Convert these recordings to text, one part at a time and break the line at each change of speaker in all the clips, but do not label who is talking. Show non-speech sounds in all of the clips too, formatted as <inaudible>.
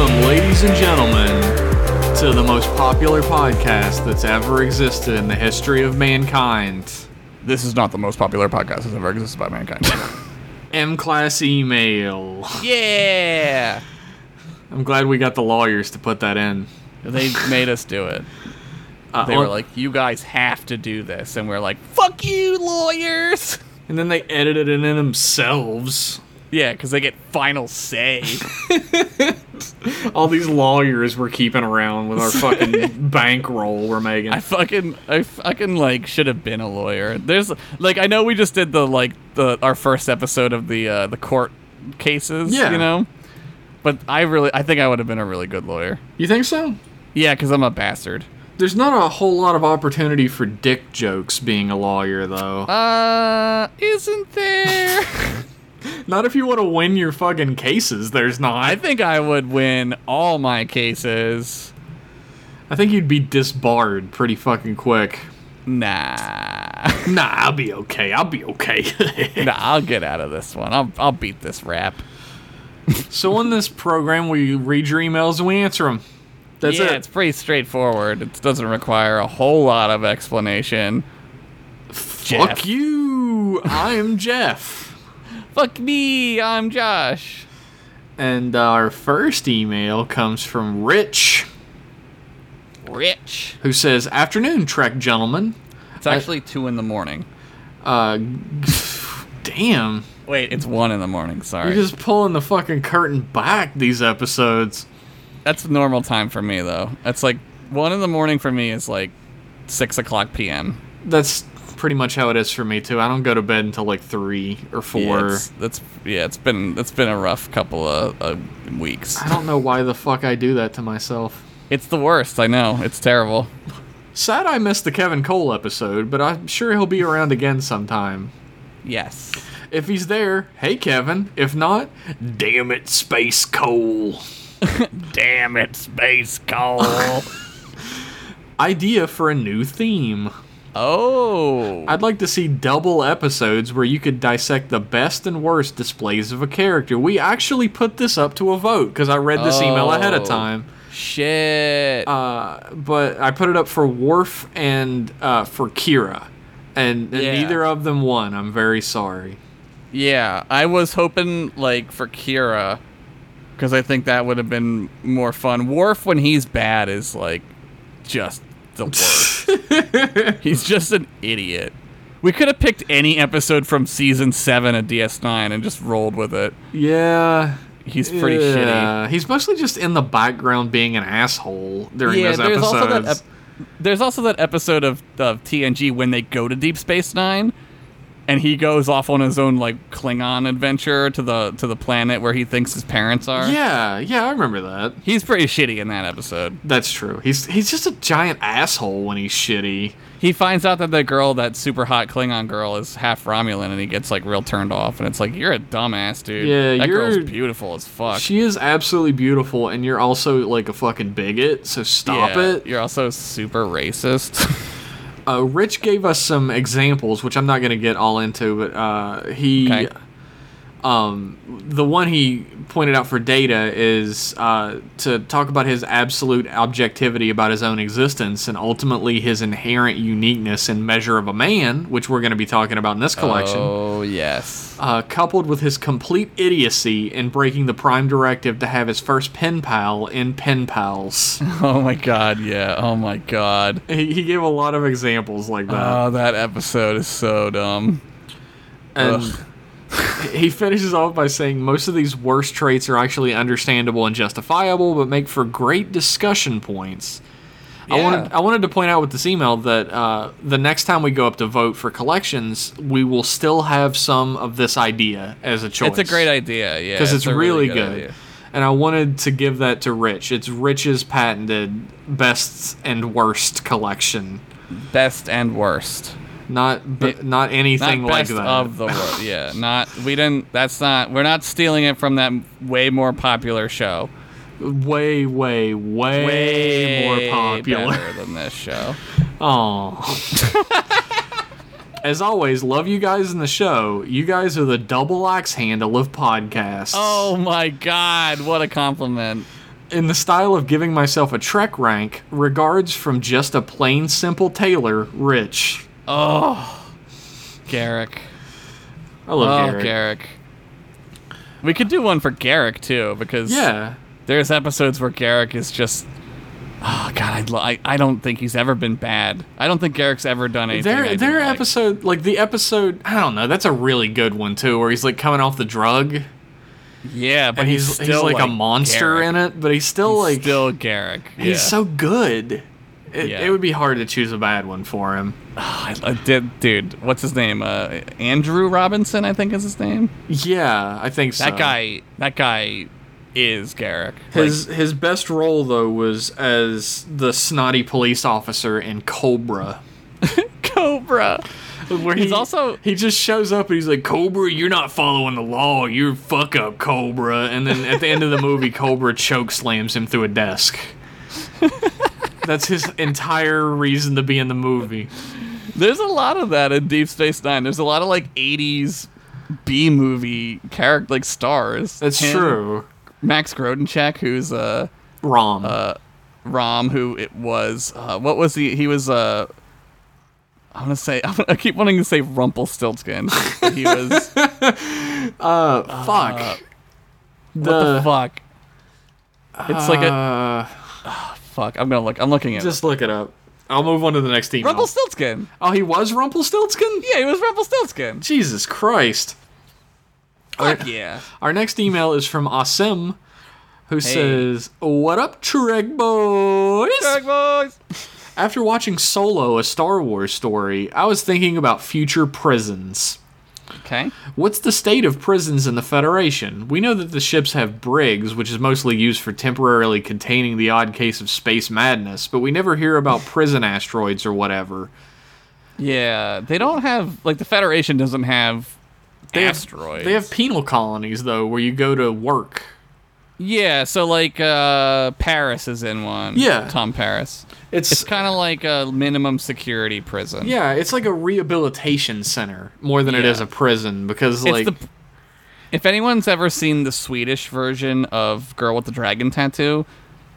and gentlemen, to the most popular podcast that's ever existed in the history of mankind.
This is not the most popular podcast that's ever existed by <laughs> mankind.
M Class Email.
yeah,
I'm glad we got the lawyers to put that in.
they made us do it.
Uh,
They were
on-
like, "You guys have to do this," and we're like, "Fuck you, lawyers!"
and then they edited it in themselves.
Yeah, because they get final say.
All these lawyers we're keeping around
<laughs>
with our fucking bankroll we're making.
<laughs> I fucking, I fucking like should have been a lawyer. There's like, I know we just did the like the our first episode of the uh, the court cases.
Yeah.
you know, but I really, I think I would have been a really good lawyer.
you think so?
Yeah, because I'm a bastard.
There's not a whole lot of opportunity for dick jokes being a lawyer, though.
Uh, isn't there? <laughs>
Not if you want to win your fucking cases, there's not.
I think I would win all my cases.
I think you'd be disbarred pretty fucking quick.
Nah. <laughs>
Nah, I'll be okay. I'll be okay. <laughs>
nah, I'll get out of this one. I'll, I'll beat this rap.
so in this program, we read your emails and we answer them. That's
yeah, it's
it.
pretty straightforward. It doesn't require a whole lot of explanation.
Fuck
Jeff.
you. I'm Jeff.
Fuck me, I'm Josh.
And uh, our first email comes from Rich,
Rich.
who says, "Afternoon, Trek gentlemen."
It's actually two in the morning.
Uh, <laughs> damn,
Wait, it's one in the morning.
you're
Sorry,
just pulling the fucking curtain back these episodes.
that's normal time for me though. That's like one in the morning for me is like six o'clock p.m.
That's pretty much how it is for me too. I don't go to bed until like three or four.
Yeah, it's, that's yeah. It's been it's been a rough couple of uh, weeks.
I don't know why the fuck I do that to myself.
It's the worst. I know. It's terrible.
Sad I missed the Kevin Cole episode, but I'm sure he'll be around again sometime.
Yes.
If he's there, hey Kevin. If not, damn it, Space Cole.
<laughs> Damn it, Space Cole.
Idea for a new theme.
<laughs> oh.
I'd like to see double episodes where you could dissect the best and worst displays of a character. We actually put this up to a vote because I read this email ahead of
Oh.
time.
Shit.
Uh, but I put it up for Worf and uh, for Kira, and, and
Yeah.
neither of them won. I'm very sorry. <laughs>
yeah, I was hoping like for Kira cuz I think that would have been more fun. Worf when he's bad is like just the <laughs> worst. he's just an idiot. We could have picked any episode from season 7 of DS9 and just rolled with it.
Yeah.
He's pretty shitty.
yeah. He's mostly just in the background being an asshole during those episodes.
Also that ep- there's also that episode of, of TNG when they go to Deep Space Nine, and he goes off on his own like Klingon adventure to the to the planet where he thinks his parents are.
yeah, yeah, I remember that.
He's pretty shitty in that episode.
That's true. He's he's just a giant asshole when he's shitty.
He finds out that the girl, that super hot Klingon girl, is half Romulan, and he gets like real turned off. And it's like, you're a dumbass, dude.
Yeah,
that
you're-
girl's beautiful as fuck.
She is absolutely beautiful, and you're also like a fucking bigot. So stop
Yeah,
it.
You're also super racist.
Uh, Rich gave us some examples, which I'm not going to get all into, but uh, he,
Okay.
um, the one he pointed out for Data is uh, to talk about his absolute objectivity about his own existence and ultimately his inherent uniqueness and measure of a man, which we're going to be talking about in this collection.
<laughs> Oh yes.
Uh, coupled with his complete idiocy in breaking the prime directive to have his first pen pal in pen pals, <laughs>
Oh my god. Yeah. Oh my god.
he, he gave a lot of examples like that.
Oh, that episode is so dumb.
And
Ugh.
he finishes off by saying most of these worst traits are actually understandable and justifiable, but make for great discussion points. I
Yeah.
wanted I wanted to point out with this email that uh, the next time we go up to vote for collections, we will still have some of this idea as a choice.
It's a great idea, yeah.
because it's,
a
really, good.
idea.
And I wanted to give that to Rich. It's Rich's patented best and worst collection,
Best and worst.
not b-
It-
not
Not
anything like
best
that.
of
<laughs>
the worst. Yeah, not we didn't. That's not. We're not stealing it from that way more popular show.
way, way, way, more popular. <laughs>
better than this show.
Oh. As always, love you guys in the show. You guys are the double axe handle of podcasts.
Oh my god, what a compliment!
in the style of giving myself a Trek rank, regards from just a plain simple tailor, Rich.
Oh, Garrick.
I love
oh,
Garrick.
Garrick. We could do one for Garrick too, because
Yeah.
there's episodes where Garrick is just. Oh God, I'd lo- I I don't think he's ever been bad. I don't think Garrick's ever done anything. I
Their
didn't
their
like.
episode like the episode I don't know, that's a really good one too, where he's like coming off the drug
Yeah, but
and he's he's,
he's still
like, a monster
Garrick.
in it, but he's still
He's
like
still Garrick.
he's
yeah.
so good. It,
Yeah.
it would be hard to choose a bad one for him.
I, I did, dude. What's his name? Uh, Andrew Robinson, I think is his name.
Yeah, I think so.
That guy. That guy is Garrick. <laughs> Like,
His his best role though was as the snotty police officer in Cobra,
Cobra.
where
He's also-
he just shows up and he's like, "Cobra, you're not following the law. You're fuck up, Cobra." And then at the end of the
<laughs>
movie, Cobra choke slams him through a desk. That's his entire reason to be in the movie.
There's a lot of that in Deep Space Nine. There's a lot of like '80s B movie character like stars.
That's
Him,
true.
Max Grodenchak, who's uh,
Rom.
uh, Rom, who it was. Uh, what was he? He was uh, I want to say <laughs> I keep wanting to say Rumpelstiltskin. but
<laughs>
he was.
fuck. the,
what the fuck? It's like a
Uh,
fuck. I'm gonna look. I'm looking at
just look it up. I'll move on to the next email.
Rumpelstiltskin.
oh, he was Rumpelstiltskin.
Yeah, he was Rumpelstiltskin.
Jesus Christ.
Fuck yeah.
Our next email is from Asim, who
Hey.
says, What up, Trek boys?
Drag boys.
After watching Solo, a Star Wars story, I was thinking about future prisons.
Okay.
What's the state of prisons in the Federation? We know that the ships have brigs, which is mostly used for temporarily containing the odd case of space madness, but we never hear about prison asteroids or whatever.
Yeah, they don't have like the Federation doesn't have
They have-
asteroids.
They have penal colonies, though, where you go to work.
yeah. So like uh Paris is in one.
Yeah.
Tom Paris.
It's
It's kind of like a minimum security prison.
Yeah, it's like a rehabilitation center more than it
Yeah.
is a prison because
It's
like
the. If anyone's ever seen the Swedish version of Girl with the Dragon Tattoo,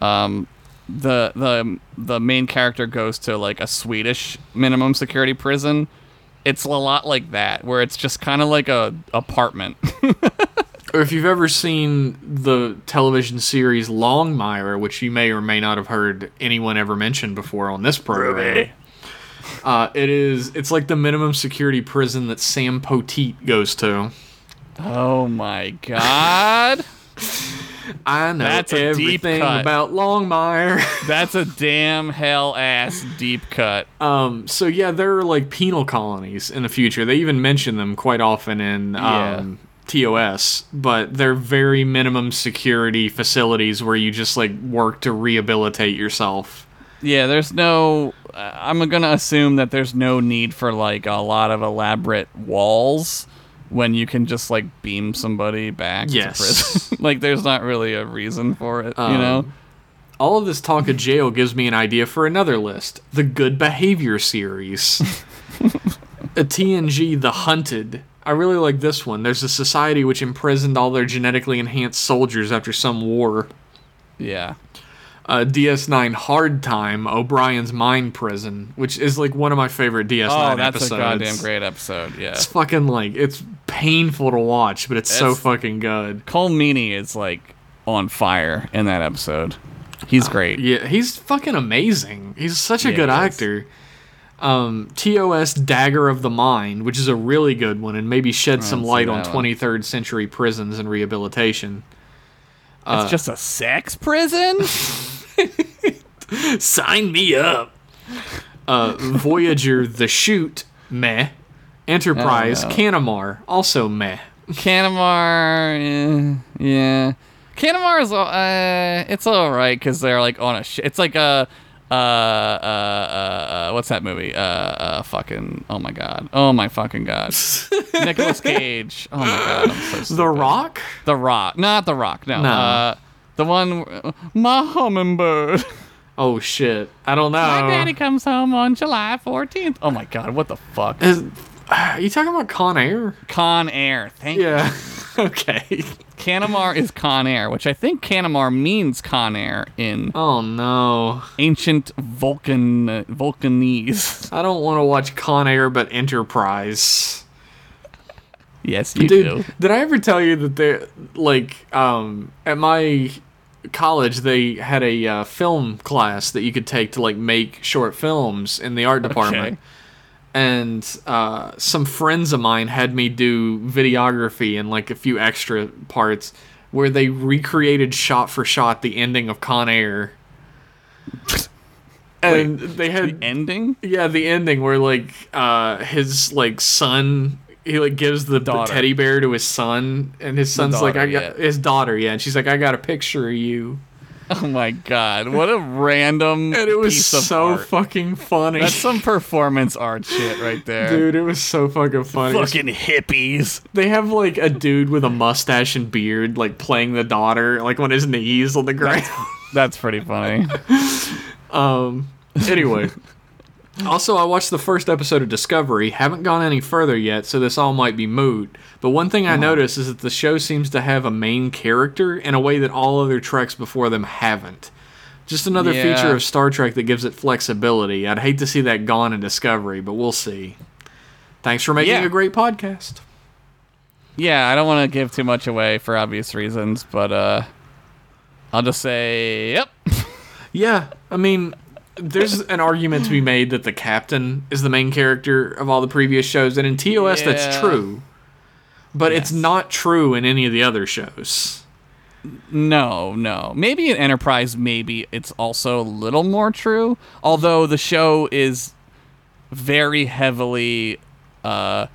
um, the the the main character goes to like a Swedish minimum security prison. It's a lot like that, where it's just kind of like a apartment. <laughs>
or if you've ever seen the television series Longmire, which you may or may not have heard anyone ever mention before on this program. Uh, it is it's like the minimum security prison that Sam Poteet goes to.
Oh my god.
I know
That's a deep
everything
cut.
about Longmire. <laughs>
That's a damn hell ass deep cut.
Um, so yeah, there are like penal colonies in the future. They even mention them quite often in
Yeah.
um, TOS, but they're very minimum security facilities where you just like work to rehabilitate yourself.
Yeah, there's no uh, I'm going to assume that there's no need for like a lot of elaborate walls when you can just like beam somebody back
Yes.
to prison. <laughs> like there's not really a reason for it, you
Um,
know.
All of this talk of jail gives me an idea for another list: the Good Behavior series, a TNG, The Hunted. I really like this one. There's a society which imprisoned all their genetically enhanced soldiers after some war.
Yeah.
uh, DS9 Hard Time, O'Brien's Mine Prison, which is like one of my favorite DS9
Oh, that's
episodes.
a goddamn great episode. Yeah.
It's fucking like it's painful to watch, but it's so
That's-
fucking good.
Cole Meany is like on fire in that episode. He's great.
Uh, Yeah, he's fucking amazing. He's such a
Yeah,
good
he is.
actor. Um, TOS Dagger of the Mind, which is a really good one, and maybe shed some
haven't
light
seen
on
that one.
23rd century prisons and rehabilitation.
it's just a sex prison?
Sign me
<laughs>
up. Uh, Voyager the Shoot, meh. Enterprise,
Oh, no.
Canamar, also meh.
Canamar, eh, yeah. Canamar is all, uh, it's all right because they're like on a sh- It's like a, uh, uh, uh, uh, what's that movie? Uh, uh, fucking, oh my god, oh my fucking god, Nicholas Cage. Oh my god, I'm so
The
stupid.
Rock?
The Rock, not The Rock, no.
No.
Uh, the one, where- my hummingbird.
Oh shit. I don't know.
My daddy comes home on July 14th. Oh my god, what the
<sighs>
fuck?
Is- are you talking about Con Air?
Con Air. Thank you.
<laughs> Yeah. <laughs> okay.
Canamar is Con Air, which I think Canamar means Con Air in
Oh no.
ancient Vulcan uh, Vulcanese. <laughs>
I don't want to watch Con Air but Enterprise.
yes, you
Dude,
do.
did I ever tell you that they like um at my college they had a uh, film class that you could take to like make short films in the art department.
Okay.
And uh, some friends of mine had me do videography and like a few extra parts where they recreated shot for shot the ending of Con Air. And they had
Ending.
yeah, the ending where like uh his like son he like gives the
Daughter.
teddy bear to his son and his son's like I
daughter,
got
yeah.
his daughter, yeah, and she's like I got a picture of you.
Oh my god, what a random
<laughs> And it was
piece of
so
art.
fucking funny.
That's some performance art
<laughs>
shit right there.
Dude, it was so fucking funny.
Fucking hippies.
They have like a dude with a mustache and beard like playing the daughter like on his knees on the ground.
That's
<laughs>
pretty funny.
Um. Anyway. Also, I watched the first episode of Discovery. Haven't gone any further yet, so this all might be moot. But one thing I
Uh-huh.
noticed is that the show seems to have a main character in a way that all other treks before them haven't. Just another
Yeah.
feature of Star Trek that gives it flexibility. I'd hate to see that gone in Discovery, but we'll see. Thanks for making
Yeah.
a great podcast.
yeah, I don't want to give too much away for obvious reasons, but uh I'll just say yep.
Yeah, I mean, there's an argument to be made that the captain is the main character of all the previous shows, and in TOS that's
Yeah.
true. But it's not true in any of the other shows.
No, no. Maybe in Enterprise maybe it's also a little more true, although the show is very heavily uh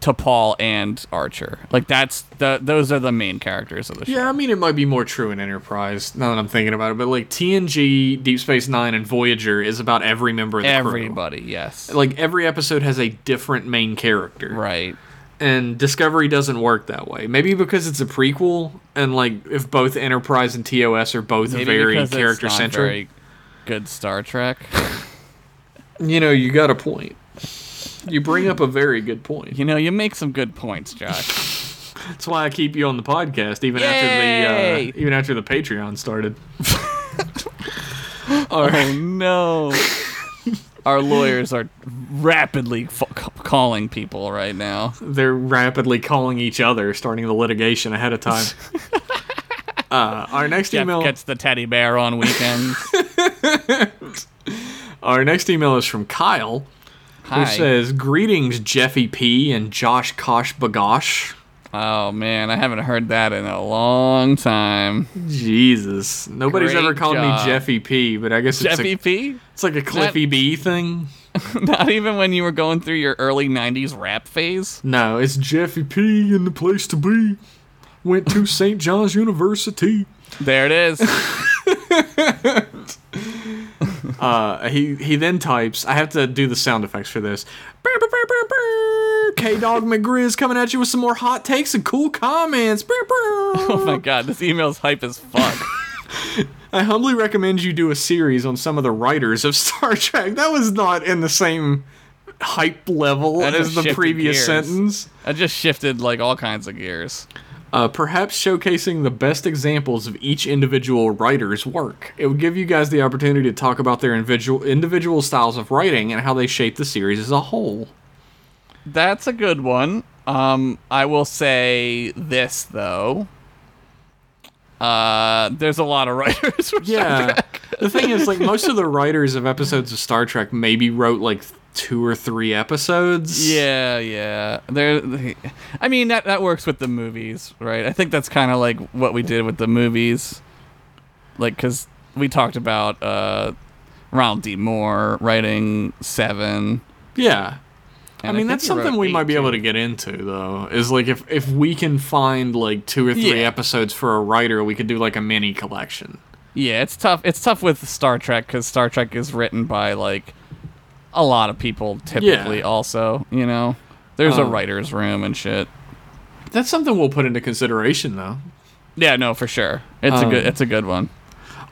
to Paul and Archer. Like that's the those are the main characters of the show.
Yeah, I mean, it might be more true in Enterprise now that I'm thinking about it. But like TNG, Deep Space Nine, and Voyager is about every member of the crew.
Everybody, yes.
Like every episode has a different main character.
Right.
and Discovery doesn't work that way. Maybe because it's a prequel, and like if both Enterprise and TOS are both
Maybe
very
because it's
character
not
centric,
very Good Star Trek.
you know, you got a point. You bring up a very good point.
you know, you make some good
<laughs>
points, Josh.
That's why I keep you on the podcast, even after the
Yay!
uh, even after the Patreon started.
oh <laughs>
<laughs>
no. Our lawyers are rapidly f- calling people right now.
They're rapidly calling each other, starting the litigation ahead of
<laughs>
time. Uh, our next
Jeff
email.
gets the teddy bear on weekends.
Our next email is from Kyle,
Hi.
who says, "Greetings, Jeffy P and Josh Kosh Bagosh."
oh man, I haven't heard that in a long time.
Jesus. Nobody's
Great
ever called
job.
me Jeffy P, but I guess it's,
Jeffy
a,
P?
it's like a Cliffy B thing.
<laughs> Not even when you were going through your early 90s rap phase?
No, it's Jeffy P in the place to be. Went to St. John's University.
There it is.
Uh, he he then types. I have to do the sound effects for this. K Dog McGrizz coming at you with some more hot takes and cool comments.
oh my god, this email's hype as fuck.
I humbly recommend you do a series on some of the writers of Star Trek. That was not in the same hype level
That
as
just
the
shifted
previous
gears.
sentence.
I just shifted like all kinds of gears.
uh, perhaps showcasing the best examples of each individual writer's work. It would give you guys the opportunity to talk about their individual individual styles of writing and how they shape the series as a whole.
That's a good one. Um, I will say this though. Uh, there's a lot of <laughs> writers. for Star <laughs>
Yeah,
Trek.
the thing is, like most of the writers of episodes of Star Trek maybe wrote like two or three episodes.
Yeah, yeah. There, I mean that that works with the movies, right? I think that's kind of like what we did with the movies, like because we talked about uh, Ronald D. Moore writing Seven.
yeah. I
and
mean,
think
that's
he wrote
something we
eight,
might be
too.
able to get into though. Is like if if we can find like two or three
Yeah.
episodes for a writer, we could do like a mini collection.
Yeah, it's tough. It's tough with Star Trek because Star Trek is written by like a lot of people typically.
Yeah.
Also, you know, there's a
Um,
writers' room and shit.
That's something we'll put into consideration though.
Yeah, no, for sure. It's a
um,
good. It's a good one.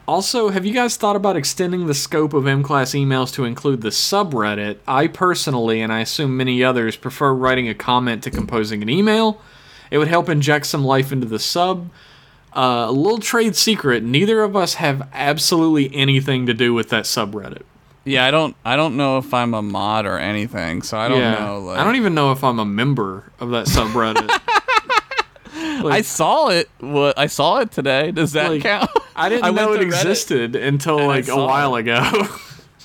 Also, have you guys thought about extending the scope of M class emails to include the subreddit? I personally, and I assume many others, prefer writing a comment to composing an email. It would help inject some life into the sub. Uh, a little trade secret: neither of us have absolutely anything to do with that subreddit.
Yeah, I don't I don't know if I'm a mod or anything, so I don't know. Like,
I don't even know if I'm a member of that
<laughs>
subreddit.
I saw it. What I saw it today. Does that
Like,
count?
I
<laughs>
didn't
went
know it
to Reddit.
existed until
I
like a
saw
while ago. <laughs>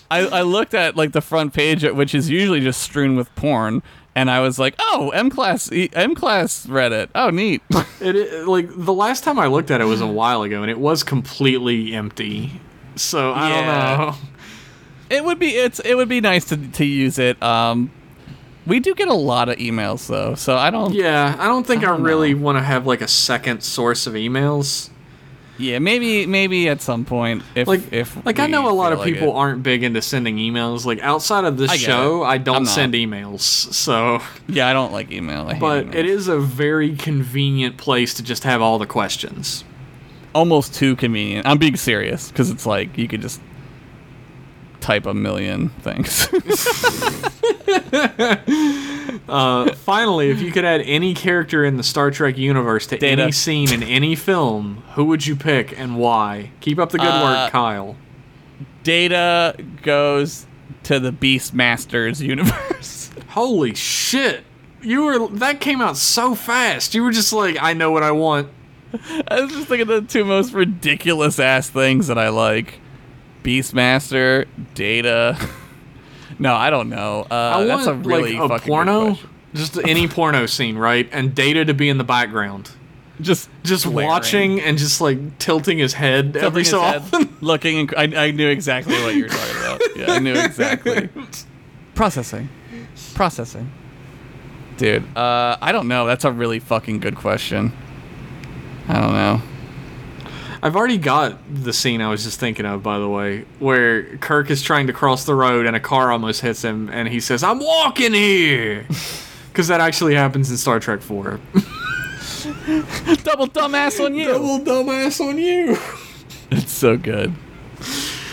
I, I looked at like the front page, which is usually just strewn with porn, and I was like, "Oh, M class, E- M class Reddit. Oh,
<laughs>
neat."
It, it like the last time I looked at it was a while ago, and it was completely empty. So I don't
Yeah.
know.
it would be it's it would be nice to to use it. Um, we do get a lot of emails though, so I don't.
Yeah,
Yeah,
I don't think I,
don't
really want to have like a second source of emails.
maybe maybe at some point if
Like,
if
like I
we
know a lot
feel
of
like
people
it.
aren't big into sending emails. Like outside of this
I get
show,
it.
I
I'm
don't
not.
send emails. So,
Yeah, I don't like email. I hate
but
email.
it is a very convenient place to just have all the questions.
almost too convenient. I'm being serious because it's like you could just type a million things. <laughs>
Uh, finally, if you could add any character in the Star Trek universe to
Data.
any scene in any film, who would you pick and why? Keep up the good
Uh,
work, Kyle.
Data goes to the Beastmasters universe. <laughs>
Holy shit. You were that came out so fast. You were just like, I know what I want.
I was just thinking the two most ridiculous ass things that I like: Beastmaster, Data. <laughs> No, I don't know. Uh,
I want
that's a really
like a
fucking good
porno,
question.
just any porno scene, right? And Data to be in the background,
Just,
just
glaring.
watching and just like tilting his head every
Tilting
so
his head,
often.
<laughs> looking. And, I, I knew exactly what you were talking about. Yeah, I knew exactly. <laughs> Processing. Processing. Dude, uh, I don't know. That's a really fucking good question. I don't know.
I've already got the scene I was just thinking of, by the way, where Kirk is trying to cross the road and a car almost hits him, and he says, "I'm walking
<laughs>
here," because that actually happens in Star Trek Four.
<laughs> Double dumbass on you.
dumbass on you!
<laughs> It's so good.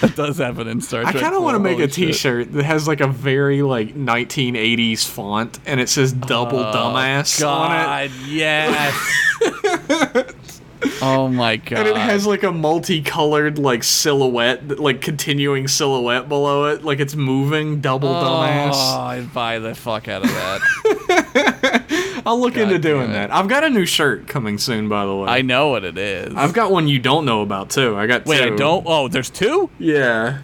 That does happen in Star
I
Trek.
kind of want to
four,
make a
holy shit.
T-shirt that has like a very like 1980s font, and it says "Double
Oh,
Dumbass" on it,
God, yes.
<laughs>
oh my god.
and it has like a multicolored like silhouette, that- like continuing silhouette below it, like it's moving. Double
oh,
Dumbass.
I'd buy the fuck out of that.
I'll look into doing
damn it.
that. I've got a new shirt coming soon, by the way.
I
I,
know what it is.
have got one you don't know about too. I got
Wait,
two.
I don't. Oh, there's two.
Yeah.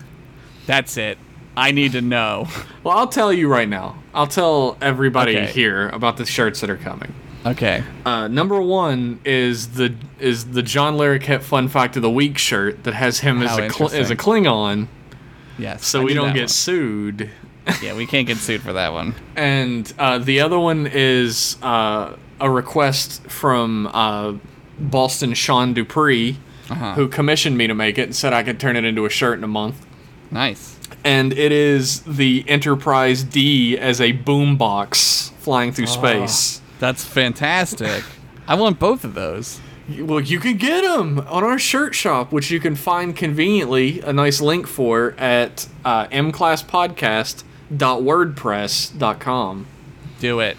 That's it. I need to know.
<laughs> Well, I'll tell you right now. I'll tell everybody
Okay.
here about the shirts that are coming.
Okay.
Uh, number one is the is the John Larroquette Fun Fact of the Week shirt that has him as
How
a Kl- as a
interesting.
Klingon,
Yes.
so
I
we
knew
don't
that
get
one.
sued.
yeah, we can't get sued for that one.
And uh, the other one is uh, a request from uh, Boston Sean Dupree,
Uh-huh.
who commissioned me to make it and said I could turn it into a shirt in a month.
Nice.
And it is the Enterprise D as a boombox flying
Ah.
through space.
That's
<laughs>
fantastic. I want both of those.
Well, you can get them on our shirt shop, which you can find conveniently a nice link for at uh, mclasspodcast.wordpress.com.
Do it.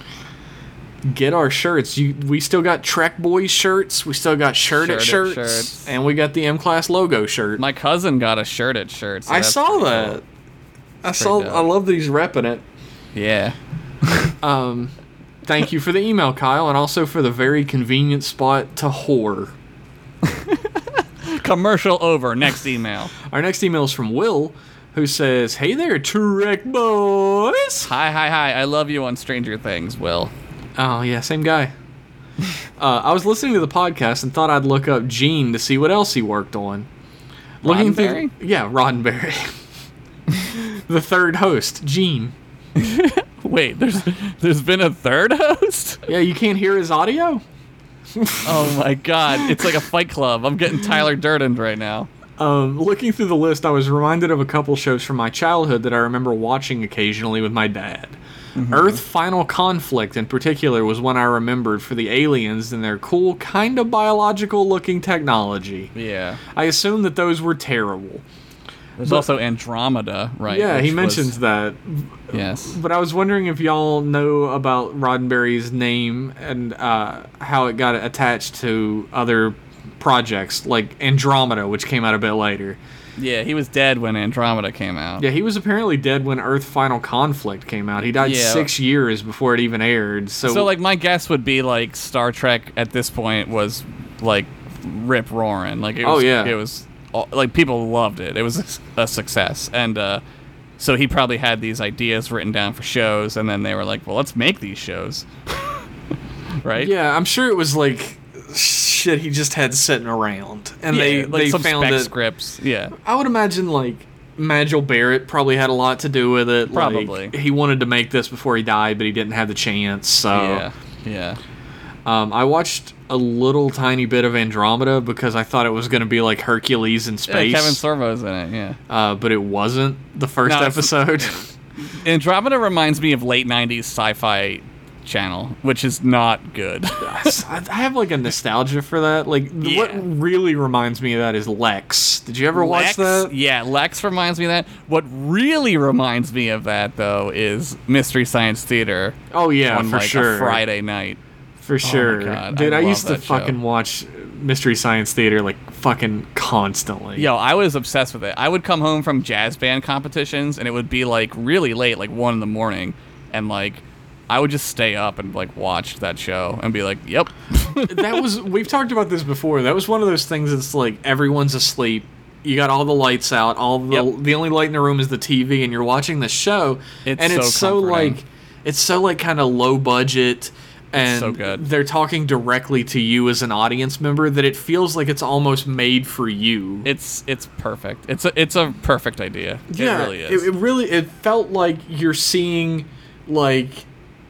get our shirts. You, we still got Trek Boys shirts. We still got shirt, at
Shirt
shirts,
at shirts.
and we got the M Class logo shirt.
My cousin got a shirt at shirt. so
I
that's
saw
pretty
that.
cool.
I saw.
dope.
I love that he's repping it.
Yeah.
Um, thank you for the email, Kyle, and also for the very convenient spot to whore.
Commercial over. Next
<laughs>
email.
Our next email is from Will, who says, "Hey there, Trek Boys."
Hi, hi, hi. I love you on Stranger Things, Will.
Oh yeah, same guy. Uh, I was listening to the podcast and thought I'd look up Gene to see what else he worked on. Looking
Roddenberry?
through, yeah, Roddenberry, the third host, Gene.
Wait, there's there's been a third host?
Yeah, you can't hear his audio.
Oh my god. <laughs> It's like a fight club. I'm getting Tyler Durden right now.
Um, looking through the list, I was reminded of a couple shows from my childhood that I remember watching occasionally with my dad.
Mm-hmm.
Earth Final Conflict, in particular, was one I remembered for the aliens and their cool, kind of biological looking technology.
Yeah.
I assume that those were terrible.
There's also Andromeda, right?
Yeah, he
which was-
mentions that.
yes.
But I was wondering if y'all know about Roddenberry's name and uh, how it got attached to other projects like Andromeda, which came out a bit later.
Yeah, he was dead when Andromeda came out.
Yeah, he was apparently dead when Earth Final Conflict came out. He died
Yeah.
six years before it even aired. So,
So like my guess would be like Star Trek at this point was like rip roaring. Like it
Oh,
was,
yeah.
it was like people loved it. It was a success, and uh, so he probably had these ideas written down for shows, and then they were like, well, let's make these shows, <laughs> right?
yeah, I'm sure it was like shit he just had sitting around, and
Yeah,
they
like
they
some
found
spec
it.
scripts. Yeah,
I would imagine like Magil Barrett probably had a lot to do with it. Like,
Probably.
he wanted to make this before he died, but he didn't have the chance. So
yeah, yeah.
um, I watched a little tiny bit of Andromeda because I thought it was going to be like Hercules in
Yeah,
space,
Kevin Sorbo's in it. Yeah,
uh, but it wasn't the first
No, it's-
episode.
<laughs> Andromeda reminds me of late '90s sci-fi channel, which is not good.
I I have like a nostalgia for that. Like th- what
Yeah.
really reminds me of that is Lex. Did you <laughs> ever watch
Lex,
that?
Yeah, Lex reminds me of that. What really reminds me of that though is Mystery Science Theater
Oh yeah,
on
for
like
sure.
a Friday night.
For sure.
God,
Dude,
I
I,
love
used to
that show.
fucking watch Mystery Science Theater like fucking constantly.
Yo, I was obsessed with it. I would come home from jazz band competitions and it would be like really late, like one in the morning, and like I would just stay up and like watch that show and be like, "Yep, <laughs>
that was we've talked about this before. That was one of those things that's like everyone's asleep. You got all the lights out. All the
Yep.
the only light in the room is the TV, and you're watching the show.
It's
and
so
it's so
comforting.
like it's so like kind of low budget, and
so good.
they're talking directly to you as an audience member that it feels like it's almost made for you.
it's it's perfect. It's a it's a perfect idea. it really is."
It, it really it felt like you're seeing like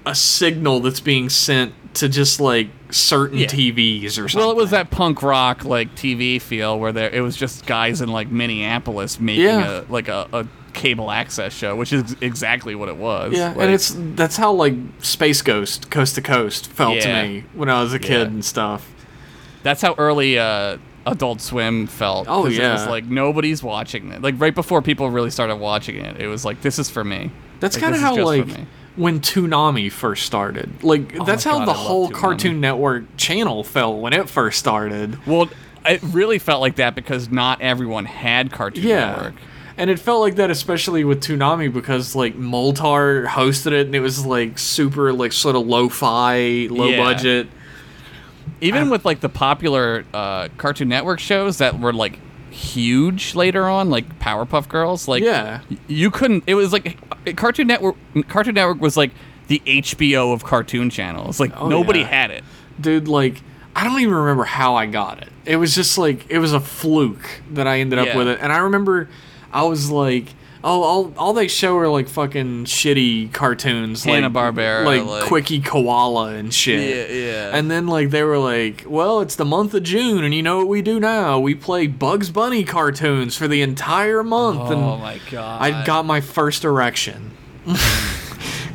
a signal that's being sent to just like certain
Yeah.
TVs or something.
Well, it was that punk rock like TV feel where there it was just guys in like Minneapolis making
Yeah.
a like a, a cable access show, which is exactly what it was.
Yeah,
Like,
and it's that's how like Space Ghost Coast to Coast felt
Yeah.
to me when I was a kid
Yeah.
and stuff.
that's how early uh, Adult Swim felt.
Oh,
'cause it
yeah.
was like nobody's watching it. Like right before people really started watching it, it was like this is for me.
That's
Like,
kind of
this is
how
just for
like
me. Oh
when Toonami first started. Like that's how
God,
the
I love
whole
Toonami.
Cartoon Network channel felt when it first started.
Well, it really felt like that because not everyone had Cartoon
Yeah.
Network.
And it felt like that especially with Toonami because like Moltar hosted it and it was like super like sort of lo-fi, low
Yeah.
budget.
even with like the popular uh, Cartoon Network shows that were like huge later on, like Powerpuff Girls, like
Yeah.
y- you couldn't. It was like uh, Cartoon Network. Cartoon Network was like the HBO of cartoon channels. Like nobody
Oh, yeah.
had it.
dude like i don't even remember how i got it it was just like it was a fluke that i ended
Yeah.
up with it and i remember i was like oh all, all they show are like fucking shitty cartoons like-
Hanna-Barbera,
like,
like-
quickie koala and shit
yeah.
and then like they were like well it's the month of june and you know what we do now we play bugs bunny cartoons for the entire month
oh
and
my god!
i got my first erection <laughs>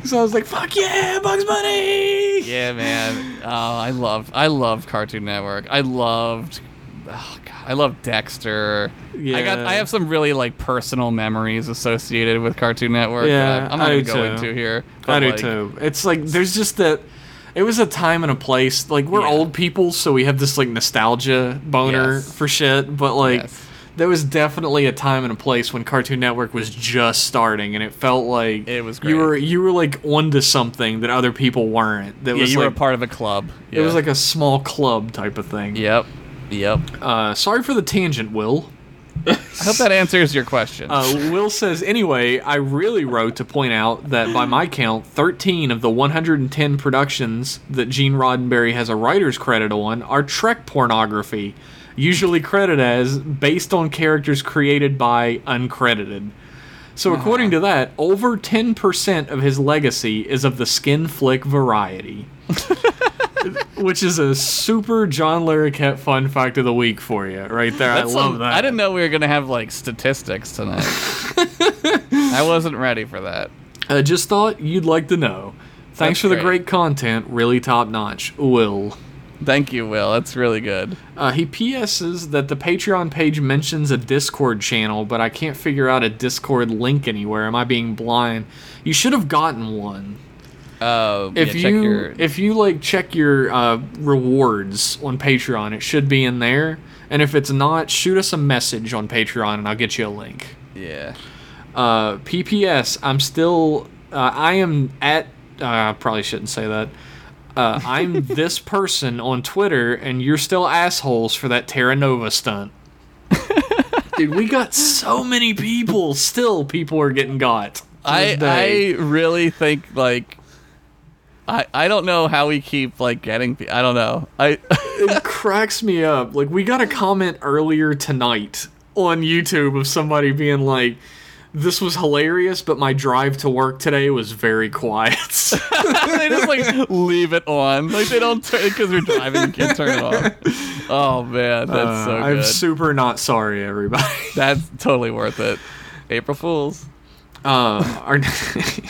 so i was like fuck yeah bugs bunny
Yeah, man. Oh, I love I love Cartoon Network. I loved oh God, I love Dexter. I got
Yeah.
I have some really like personal memories associated with Cartoon Network.
Yeah,
that I'm not
I
gonna
do
go
too.
into here.
I
but,
do
like,
too. It's like there's just that. It was a time and a place. Like we're
Yeah.
old people, so we have this like nostalgia boner
Yes.
for shit. But like,
Yes.
there was definitely a time and a place when Cartoon Network was just starting, and it felt like
It was
you
great.
were you were like onto something that other people weren't. That
Yeah,
was
you were
like
a part of a club.
it was
Yeah.
like a small club type of thing.
Yep. Yep.
Uh, sorry for the tangent, Will.
I hope that answers your question.
Uh, Will says, anyway, I really wrote to point out that by my count, 13 of the 110 productions that Gene Roddenberry has a writer's credit on are Trek pornography, usually credited as based on characters created by uncredited. So, according to that, over 10% of his legacy is of the skin flick
<laughs>
variety. Which is a super John Larroquette fun fact of the week for you, right there.
That's
I love
some-
that.
I didn't know we were gonna have like statistics
<laughs>
tonight. I wasn't ready for that.
I just thought you'd like to know. Thanks
That's
for the
great.
great content, really top notch. Will.
Thank you, Will. That's really good.
Uh, he PS's that the Patreon page mentions a Discord channel, but I can't figure out a Discord link anywhere. Am I being blind? You should have gotten one.
Uh,
If
yeah, check
you
your-
if you like check your uh, rewards on Patreon, it should be in there. And if it's not, shoot us a message on Patreon, and I'll get you a link.
yeah.
Uh, PPS, I'm still. Uh, I am at. Uh, I probably shouldn't say that.
<laughs>
Uh, I'm this person on Twitter, and you're still assholes for that Terra Nova stunt. Dude, we got so many people. Still, people are getting got. to
I
this day.
I really think like I I don't know how we keep like getting pe- I don't know. I <laughs>
it cracks me up. Like we got a comment earlier tonight on YouTube of somebody being like, "This was hilarious, but my drive to work today was very <laughs> quiet."
they just like leave it on. Like they don't turn because we're driving you can't turn it
<laughs>
off. Oh man, that's
Uh,
so
I'm
good.
super not sorry,
<laughs>
everybody.
that's totally worth it. April Fools. Um,
Uh, <laughs> our,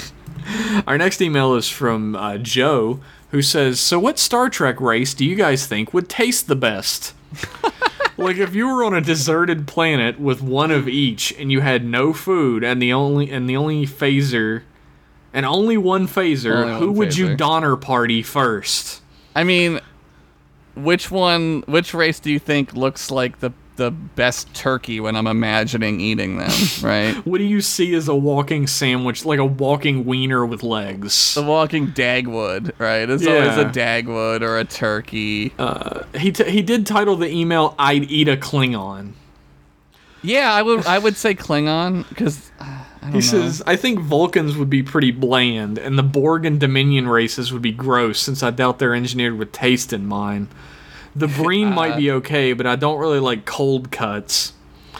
<laughs> our next email is from uh, Joe, who says, So, what Star Trek race do you guys think would taste the best? <laughs> like, if you were on a deserted planet with one of each and you had no food and the only, and the only phaser. And only one phaser.
Only
who
one
would you
phaser.
Donner party first?
I mean, which one? Which race do you think looks like the the best turkey when I'm imagining eating <laughs> them? Right.
What do you see as a walking sandwich, like a walking wiener with legs?
The walking Dagwood, right? It's always a
Yeah.
Dagwood or a turkey.
He t- he did title the email "I'd eat a Klingon."
yeah, I would I would say Klingon because I don't
He
know.
says, I think Vulcans would be pretty bland, and the Borg and Dominion races would be gross, since I doubt they're engineered with taste in mind.
<laughs>
The Breen
Uh,
might be okay, but I don't really like cold cuts.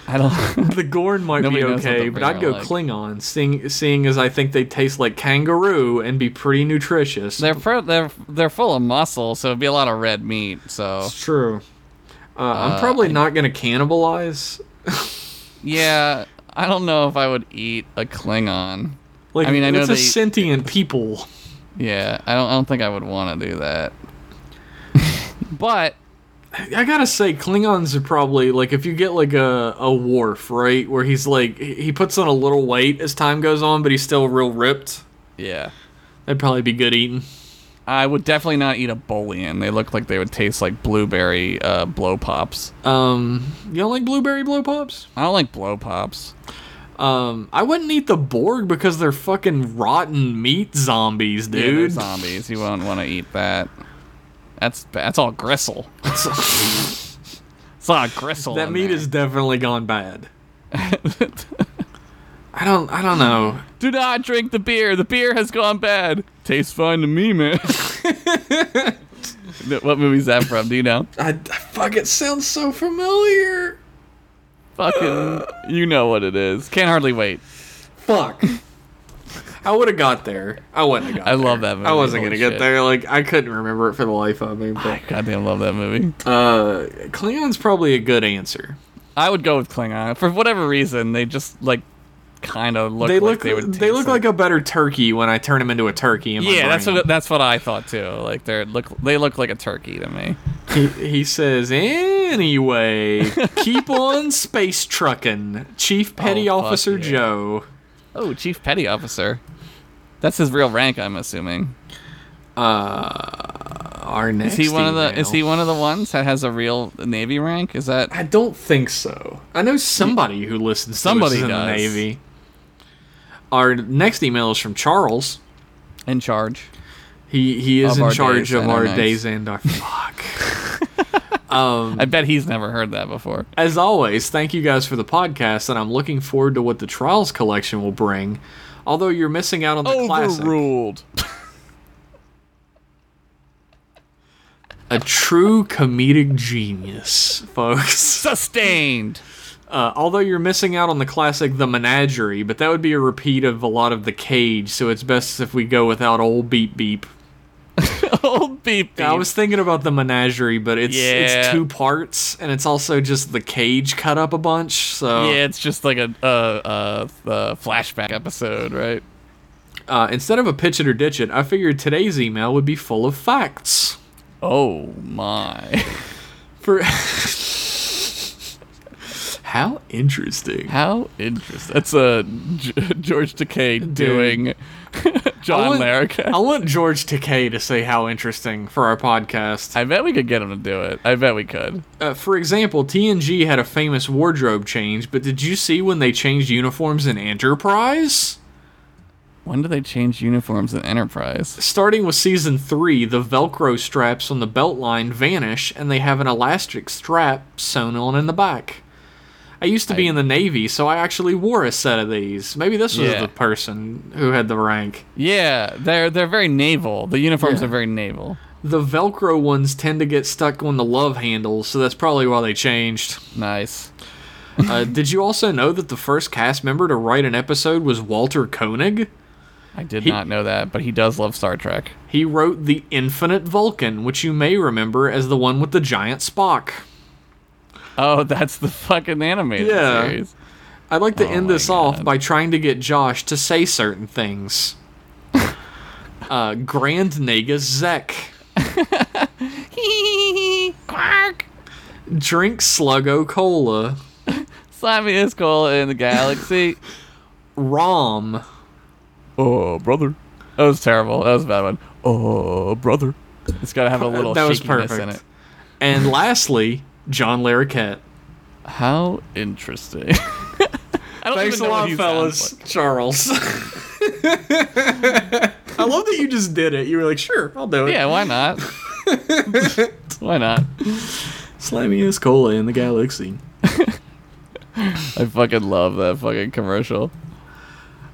I don't. <laughs>
The Gorn might be
Nobody knows what
okay,
the
but
Breen
I'd
are
go
like.
Klingon, seeing, seeing as I think they taste like kangaroo and be pretty nutritious.
they're pro- they're they're full of muscle, so it'd be a lot of red meat. So
It's true. Uh, I'm probably not going to cannibalize.
yeah, I don't know if I would eat a Klingon.
Like,
I mean, I know
it's a
they-
sentient people.
Yeah, I don't I don't think I would want to do that. <laughs> but
I gotta say, Klingons are probably like if you get like a a wharf, right, where he's like he he puts on a little weight as time goes on, but he's still real ripped.
yeah,
That'd probably be good eating.
I would definitely not eat a bullion. They look like they would taste like blueberry uh, blow pops.
Um, you don't like blueberry blow pops?
I don't like blow pops.
Um, I wouldn't eat the Borg because they're fucking rotten meat zombies,
Yeah, they're
dude. <laughs>
zombies. You won't want to eat that. That's that's all gristle. It's all gristle.
that
in
meat
there.
is definitely gone bad. I don't. I don't know.
<laughs> Do not drink the beer. The beer has gone bad. Tastes fine to me, man. <laughs> No, what movie's that from? Do you know?
I fuck. It sounds so familiar.
Fucking, you know what it is. Can't hardly wait.
Fuck. <laughs> I would have got there. I wouldn't have got
I
there.
love that movie.
I wasn't
Holy
gonna get
shit.
there. Like I couldn't remember it for the life of me. But
Goddamn, love that movie.
uh, Klingon's probably a good answer.
I would go with Klingon for whatever reason. They just like kind of look.
They
like
look
They,
they,
would taste
look like a better turkey when I turn them into a turkey. In my
Yeah, that's
brain.
what that's what I thought too. Like they are look they look like a turkey to me.
he, he says.
<laughs>
Anyway, keep on space trucking, Chief Petty
Oh, fuck
Officer
yeah.
Joe.
Oh, Chief Petty Officer. That's his real rank, I'm assuming.
Our next.
Is he one of the
email.
is he one of the ones that has a real Navy rank? Is that
I don't think so. I know somebody who listens.
Somebody
to us is in the
does.
Navy. Our next email is from Charles.
in charge?
He he is
Of
in
our
charge
days
of
and
our
our nights.
days and our <laughs> fuck. um,
I bet he's never heard that before.
as always, thank you guys for the podcast, and I'm looking forward to what the Trials collection will bring. Although you're missing out on the classic, a true comedic genius, folks.
<laughs> Sustained.
Uh, although you're missing out on the classic The Menagerie, but that would be a repeat of a lot of The Cage, so it's best if we go without old beep beep.
Old Oh, beep. beep.
I was thinking about the menagerie, but it's it's
Yeah.
two parts, and it's also just the cage cut up a bunch. So
yeah, it's just like a uh, uh, uh, flashback episode, right?
uh, instead of a pitch it or ditch it, I figured today's email would be full of facts.
Oh my. <laughs>
For <laughs> how interesting.
How interesting. That's a G- <laughs> George Takei doing <laughs>
I
John
want-
Larroquette.
I want George Takei to say how interesting for our podcast.
I bet we could get him to do it. I bet we could.
Uh, for example, TNG had a famous wardrobe change, but did you see when they changed uniforms in Enterprise?
When do they change uniforms in Enterprise?
Starting with season three, the Velcro straps on the belt line vanish, and they have an elastic strap sewn on in the back. I used to be
I-
in the Navy, so I actually wore a set of these. Maybe this was
Yeah.
the person who had the rank.
Yeah, they're they're very naval. The uniforms
Yeah.
are very naval.
The Velcro ones tend to get stuck on the love handles, so that's probably why they changed.
Nice.
Uh, did you also know that the first cast member to write an episode was Walter Koenig?
I did
He-
not know that, but he does love Star Trek.
He wrote The Infinite Vulcan, which you may remember as the one with the giant Spock.
Oh, that's the fucking animated
Yeah.
series.
I'd like to end
my
this off by trying to get Josh to say certain things. uh, Grand Nagus Zek.
<laughs> Quark.
Drink Sluggo Cola.
Slimy is cool in the galaxy.
Rom.
oh, brother. That was terrible. That was a bad one. Oh, brother. It's got to have a little
That was
shakiness in
perfect.
it.
And lastly, John Larroquette.
How interesting. <laughs> I don't
Thanks
even
a
know
lot,
what he sounds
fellas. <laughs>
like.
Charles. I love that you just did it. You were like, sure, I'll do it.
Yeah,
<laughs>
why not? why not?
Slimiest cola in the galaxy.
I fucking love that fucking commercial.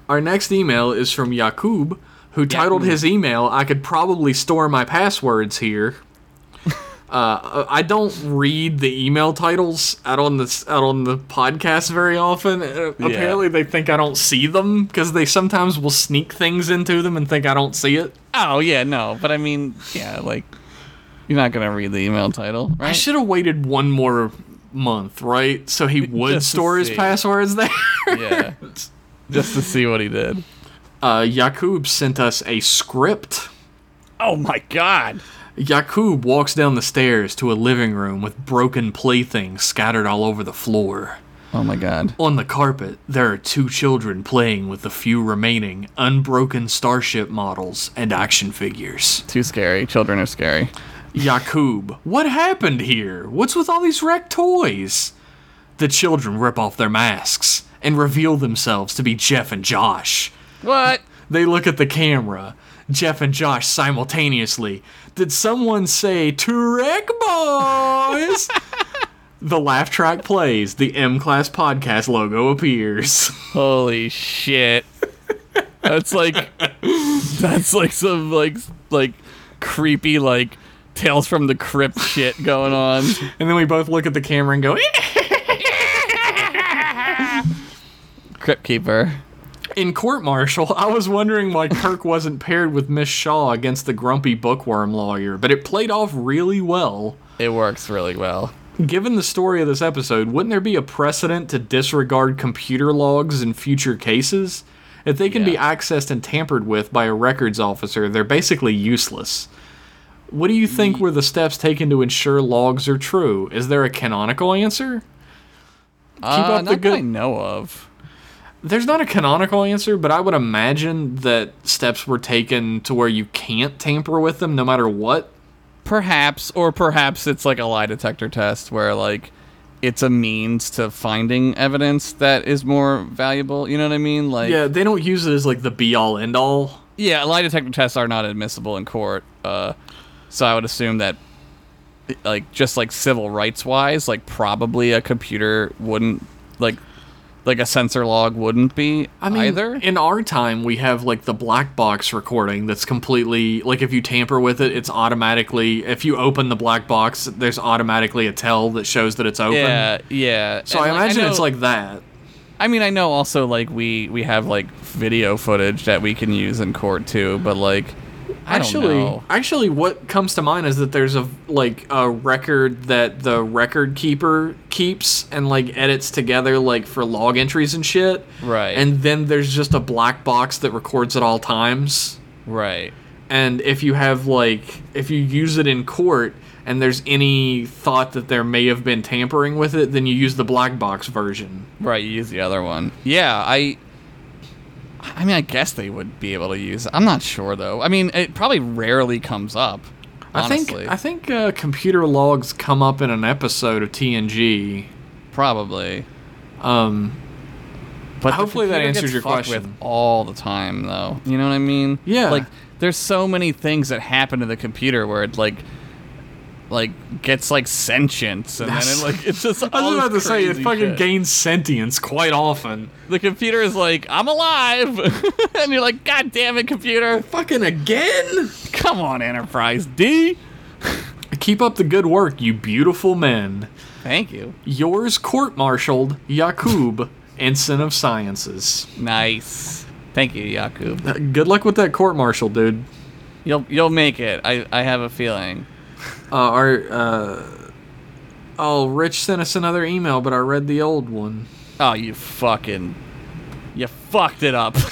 Our next email is from Yakub, who titled his email, I could probably store my passwords
<laughs>
here. Uh, I don't read the email titles out on this out on the podcast very often. Uh, Apparently, they think I don't see them because they sometimes will sneak things into them and think I don't see it.
Oh yeah, no, but I mean, yeah, like you're not gonna read the email title,
I
right?
should have waited one more month, right? So
<laughs>
he would
Just to
store his
see.
passwords there. <laughs>
yeah, just to see what he did.
Uh, Yakub sent us a script.
Oh my god.
Yakub walks down the stairs to a living room with broken playthings scattered all over the floor.
Oh my god.
On the carpet, there are two children playing with the few remaining unbroken starship models and action figures.
Too scary. Children are scary.
Yakub, what happened here? What's with all these wrecked toys? The children rip off their masks and reveal themselves to be Jeff and Josh.
What?
They look at the camera. Jeff and Josh simultaneously. Did someone say Turek Boys? <laughs> the laugh track plays. The M Class podcast logo appears. <laughs>
Holy shit. That's like that's like some like like creepy like Tales from the Crypt shit going on.
And then we both look at the camera and go. "Eh,
Crypt Keeper.
In court martial, I was wondering why Kirk wasn't paired with Miss Shaw against the grumpy bookworm lawyer, but it played off really well.
It works really well.
Given the story of this episode, wouldn't there be a precedent to disregard computer logs in future cases? If they can be
Yeah.
accessed and tampered with by a records officer, they're basically useless. What do you think were the steps taken to ensure logs are true? Is there a canonical answer?
Uh,
up the
not
good-
that I know of.
There's not a canonical answer, but I would imagine that steps were taken to where you can't tamper with them no matter what.
Perhaps, or perhaps it's like a lie detector test where like it's a means to finding evidence that is more valuable. You know what I mean? Like
Yeah, they don't use it as like the be all end all.
yeah, lie detector tests are not admissible in court. Uh, so I would assume that like just like civil rights wise, like probably a computer wouldn't like like a sensor log wouldn't be
I mean,
either.
in our time, we have like the black box recording that's completely like if you tamper with it, it's automatically if you open the black box, there's automatically a tell that shows that it's open.
yeah, yeah.
So
And,
I imagine it's
know-
like that.
I mean, I know also like we we have like video footage that we can use in court too, but like I
actually,
don't know.
actually, what comes to mind is that there's a like a record that the record keeper keeps and like edits together like for log entries and shit.
Right.
And then there's just a black box that records at all times.
Right.
and if you have like if you use it in court and there's any thought that there may have been tampering with it, then you use the black box version.
Right, you use the other one. Yeah, I. I mean, I guess they would be able to use. it. I'm not sure though. I mean, it probably rarely comes up. Honestly,
I think I think uh, computer logs come up in an episode of TNG.
probably.
Um,
But the
Hopefully that
computer
answers
gets
your
fucked With
question.
all the time, though, you know what I mean?
Yeah.
Like, there's so many things that happen to the computer where it like, like gets like sentience, and then
That's-
it like it's just.
<laughs> I was about to say it fucking
game.
gains sentience quite often.
The computer is like, I'm alive, <laughs> and you're like, God damn it, computer!
Fucking again?
Come on, Enterprise D.
Keep up the good work, you beautiful men.
Thank you.
Yours court-martialed, Yakub, ensign of sciences.
Nice. Thank you, Yakub.
Uh, Good luck with that court-martial, dude.
You'll you'll make it. I I have a feeling.
Uh, our uh, oh, Rich sent us another email, but I read the old one.
Oh, you fucking, you fucked it up. <laughs>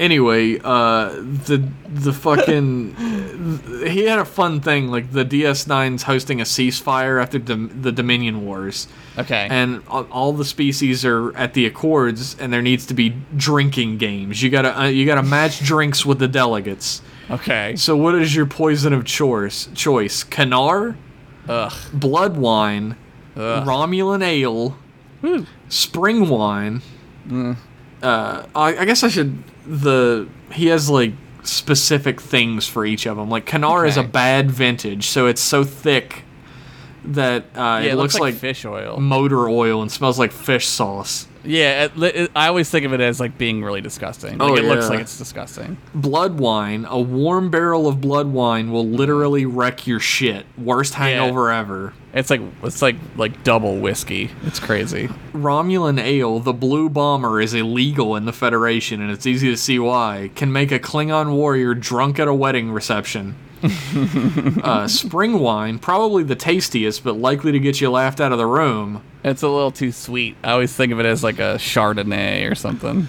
Anyway, uh, the the fucking <laughs> he had a fun thing like the DS9's hosting a ceasefire after Dom- the Dominion Wars,
okay.
and all- all the species are at the Accords, and there needs to be drinking games. You gotta uh, you gotta match drinks with the delegates.
okay.
So what is your poison of choice? Choice: Canar,
Ugh.
blood wine,
Ugh.
Romulan ale, spring wine. Uh, I, I guess I should. The he has like specific things for each of them. Like Canar is a
Okay.
bad vintage, so it's so thick that uh,
Yeah,
it, looks, like,
fish oil.
motor oil and smells like fish sauce.
Yeah, it, li- it, I always think of it as like being really disgusting. Like
Oh,
it looks
yeah.
like it's disgusting.
Blood wine, a warm barrel of blood wine will literally wreck your shit. Worst hangover ever.
It's like it's like like double whiskey. It's crazy.
Romulan ale, the blue bomber, is illegal in the Federation, and it's easy to see why. Can make a Klingon warrior drunk at a wedding reception. uh, spring wine, probably the tastiest, but likely to get you laughed out of the room.
It's a little too sweet. I always think of it as like a Chardonnay or something.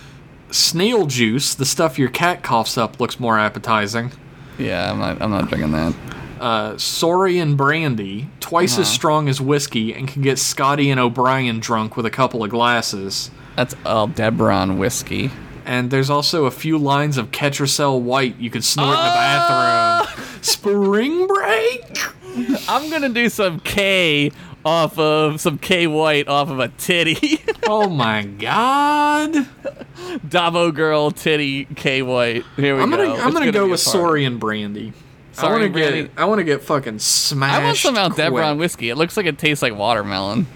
Snail juice, the stuff your cat coughs up, looks more appetizing.
Yeah, I'm not. I'm not drinking that.
Uh, Saurian brandy, twice
Uh-huh.
as strong as whiskey, and can get Scotty and O'Brien drunk with a couple of glasses.
That's Aldebron whiskey.
And there's also a few lines of Ketracel White you could snort in the bathroom.
Ah!
<laughs> Spring break?
I'm gonna do some K off of some K White off of a titty, <laughs>
Oh my god.
Davo girl titty K White. Here we
I'm
go.
gonna
It's
I'm gonna, go
be a
with
party.
Saurian brandy. I
Saurian
wanna get
brandy.
I wanna get fucking smashed.
I want some Aldebron
quick.
whiskey. It looks like it tastes like watermelon.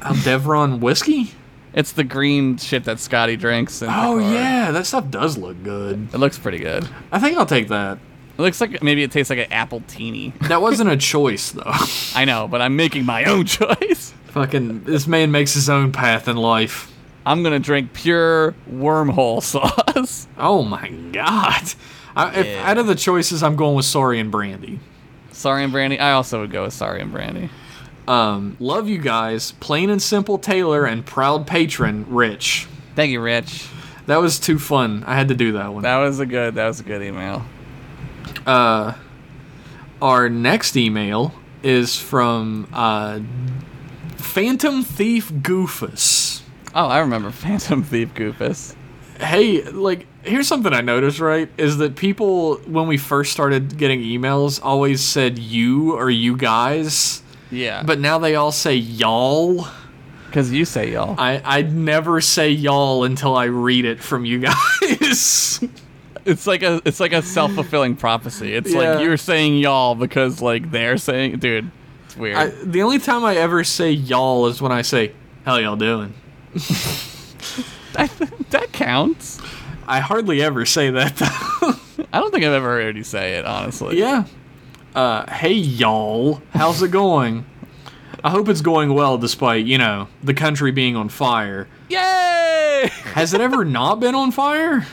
Aldevron whiskey?
It's the green shit that Scotty drinks. In the
Oh
car.
yeah, that stuff does look good.
It looks pretty good.
I think I'll take that.
It looks like maybe it tastes like an apple teeny.
That wasn't a <laughs> choice though.
I know, but I'm making my own <laughs> choice.
fucking this man makes his own path in life.
I'm gonna drink pure wormhole sauce. <laughs>
Oh my god. I, if,
Yeah.
out of the choices, I'm going with Saurian brandy.
Sorry and brandy. I also would go with sorry and brandy.
Um, love you guys, plain and simple Taylor and proud patron Rich.
Thank you, Rich.
That was too fun. I had to do that one.
That was a good. That was a good email.
Our next email is from uh, Phantom Thief Goofus.
Oh, I remember <laughs> Phantom Thief Goofus.
Hey, like here's something I noticed. Right, is that people when we first started getting emails always said you or you guys,
Yeah, but
but now they all say y'all.
because you say y'all.
I I never say y'all until I read it from you <laughs> guys.
It's like a it's like a self fulfilling prophecy. It's
Yeah.
like you're saying y'all because like they're saying, dude. It's weird.
I, the only time I ever say y'all is when I say, how y'all doing?
<laughs> that, that counts.
I hardly ever say that, <laughs> though.
I don't think I've ever heard you say it, honestly.
yeah. Uh, hey, y'all. How's it going? I hope it's going well despite, you know, the country being on fire.
Yay!
Has it ever not been on fire?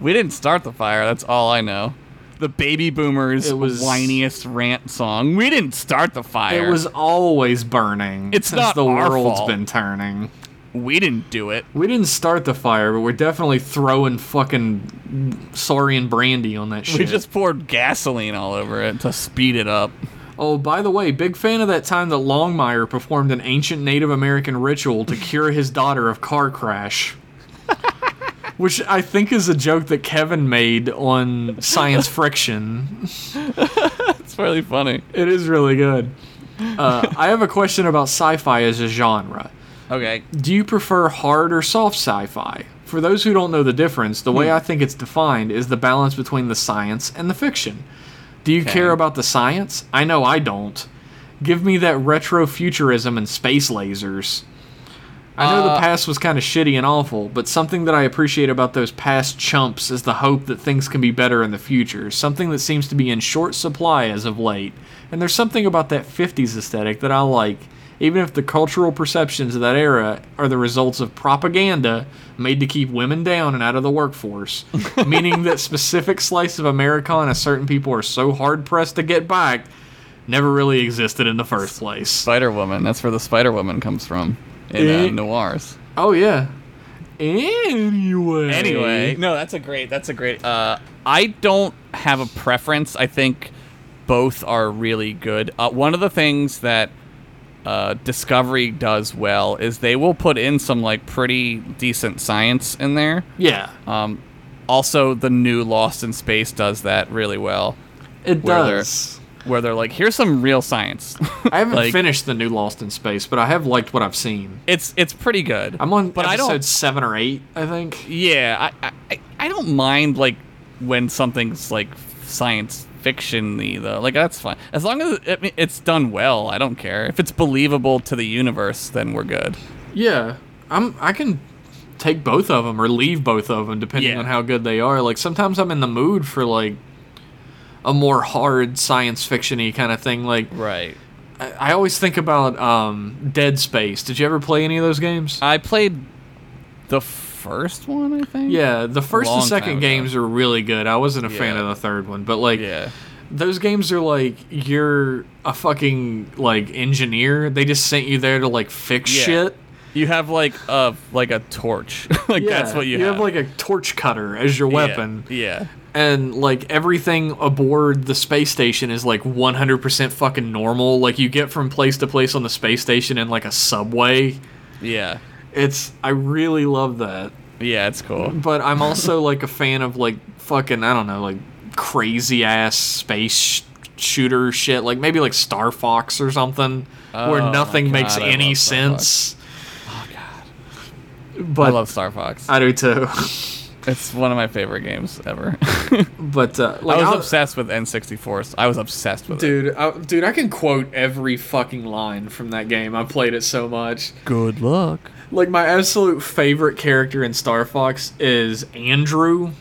We didn't start the fire. That's all I know. The baby boomers'
It was-
whiniest rant song. We didn't start the fire.
It was always burning.
It's
since
not
the
our
world's
fault.
been turning.
we didn't do it.
We didn't start the fire, but we're definitely throwing fucking saurian brandy on that shit.
We just poured gasoline all over it to speed it up.
Oh, by the way, big fan of that time that Longmire performed an ancient Native American ritual to cure his daughter of car <laughs> crash. Which I think is a joke that Kevin made on Science Friction.
It's really funny.
<laughs> It is really good. Uh, I have a question about sci fi as a genre.
Okay.
Do you prefer hard or soft sci fi? For those who don't know the difference, the way I think it's defined is the balance between the science and the fiction. Do you care about the science? I know I don't. Give me that retro futurism and space lasers. I know the past was kind of shitty and awful, but something that I appreciate about those past chumps is the hope that things can be better in the future, something that seems to be in short supply as of late. And there's something about that 50s aesthetic that I like, even if the cultural perceptions of that era are the results of propaganda made to keep women down and out of the workforce, meaning that specific slice of Americana certain people are so hard pressed to get back never really existed in the first place.
Spider Woman. That's where the Spider Woman comes from in
Eh.
uh, noirs.
Oh yeah. Anyway.
Anyway, no, that's a great. That's a great. Uh, I don't have a preference. I think both are really good. Uh, one of the things that uh, Discovery does well is they will put in some like pretty decent science in there.
Yeah.
Um, also, the new Lost in Space does that really well,
It
where they're-
does.
where they're like, "Here's some real science." <laughs>
I haven't
like-
finished the new Lost in Space, but I have liked what I've seen.
it's it's pretty good.
I'm on
but I
episode
don't.
seven or eight, I think.
Yeah, I, I- I I don't mind like when something's like science fictiony though. Like that's fine as long as I mean, it's done well. I don't care if it's believable to the universe. Then we're good.
Yeah, I'm. I can take both of them or leave both of them depending
Yeah.
on how good they are. Like sometimes I'm in the mood for like a more hard science fictiony kind of thing. Like
Right.
I, I always think about um, Dead Space. Did you ever play any of those games?
I played the first one. I think.
Yeah, the first and
Long time
second
ago.
games are really good. I wasn't a fan
Yeah.
of the third one, but like
Yeah.
those games are like you're a fucking like engineer. They just sent you there to like fix
Yeah.
shit.
You have like a like a torch. <laughs> like that's what you,
have. like a torch cutter as your weapon,
Yeah.
and like everything aboard the space station is like 100% fucking normal. Like you get from place to place on the space station in like a subway.
Yeah.
It's I really love that.
Yeah. It's cool.
but I'm
<laughs>
also like a fan of like fucking I don't know like crazy ass space sh- shooter shit like maybe like Star Fox or something where
Oh my
nothing makes
God, I
any
love Star Fox.
sense. Oh god.
I
But I,
love Star Fox.
do too. <laughs>
It's one of my favorite games ever. <laughs>
but uh, like
I was
I'll-
obsessed with N64. I was obsessed with it.
dude, I, dude, I can quote every fucking line from that game. I played it so much.
Good luck.
Like my absolute favorite character in Star Fox is Andrew.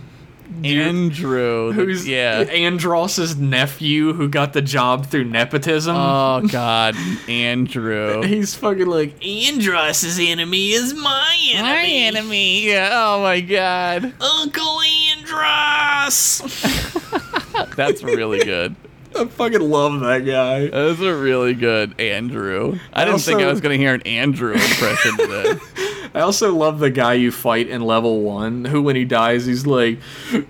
Andrew. the-
<laughs> Who's
yeah.
Andross's nephew who got the job through nepotism.
Oh god, <laughs> Andrew.
Uh, He's fucking like Andros's enemy is my enemy.
enemy. Yeah. Oh my god.
Uncle Andros.
That's really good.
<laughs> I fucking love that guy.
That's a really good Andrew. I didn't think I
Also-
was gonna hear an Andrew impression
<laughs>
today.
I also love the guy you fight in level one, who when he dies, he's like,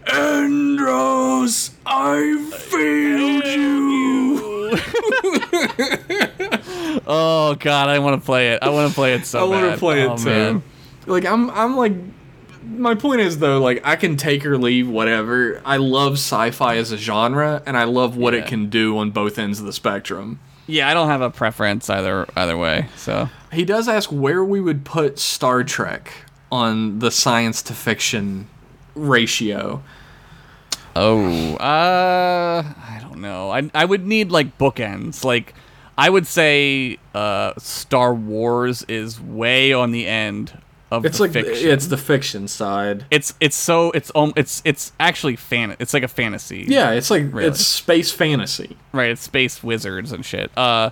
Andros, I failed you.
<laughs> oh god, I want to play it. I want to play it so
I want to
bad.
play it
Oh,
too.
man.
Like I'm, I'm like, my point is though, like I can take or leave whatever. I love sci-fi as a genre, and I love what it
Yeah.
can do on both ends of the spectrum.
Yeah, I don't have a preference either either way. So
He does ask where we would put Star Trek on the science to fiction ratio.
Oh, uh, I don't know. I I would need like bookends. Like, I would say, uh, Star Wars is way on the end of
It's
the
like
fiction.
it's the fiction side.
it's it's so it's um it's it's actually fan it's like a fantasy
Yeah, it's like
Really?
it's space fantasy.
right it's space wizards and shit uh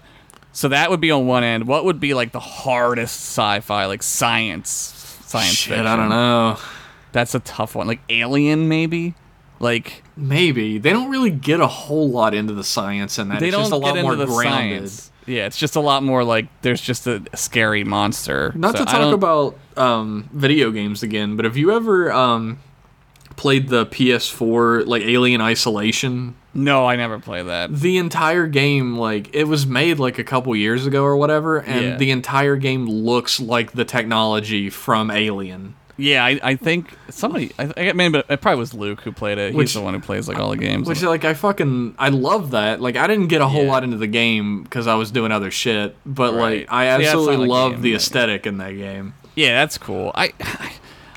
so that would be on one end what would be like the hardest sci-fi like science science
Shit,
fiction
I don't know.
that's a tough one like Alien maybe Like
Maybe they don't really get a whole lot into the science in that.
they
it's
don't
just a lot
get
more
into the
grounded.
science. Yeah, it's just a lot more like there's just a scary monster.
Not
So
to
I
talk
don't-
about um, video games again, but have you ever um, played the PS4 like Alien Isolation?
No, I never play that.
The entire game, like it was made like a couple years ago or whatever, and
Yeah.
the entire game looks like the technology from Alien.
Yeah, I, I think somebody. I, I mean, but it probably was Luke who played it.
Which-
He's the one who plays like all the games.
Which like I fucking I love that. Like I didn't get a whole
Yeah.
lot into the game because I was doing other shit, but
Right.
like I
See, that's
absolutely
not a
love
game,
the
like-
aesthetic in that game.
yeah, that's cool. I,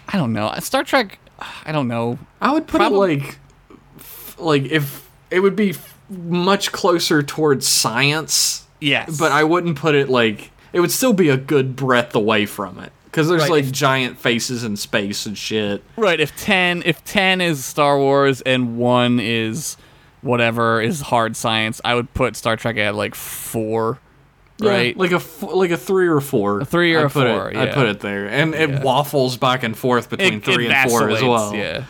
I, don't know. Star Trek. I don't know.
I would put
Probab-
it like, f- like if it would be f- much closer towards science,
Yes,
but I wouldn't put it like it would still be a good breadth away from it because there's
Right,
like
if-
giant faces in space and shit.
right. If ten, if ten is Star Wars and one is whatever is hard science, I would put Star Trek at like four. Right.
like a f- like a three or four, a
three or a
I'd put
four,
It, I
yeah.
put it there, and it waffles back and forth between three and four as
vacillates,
well.
Yeah.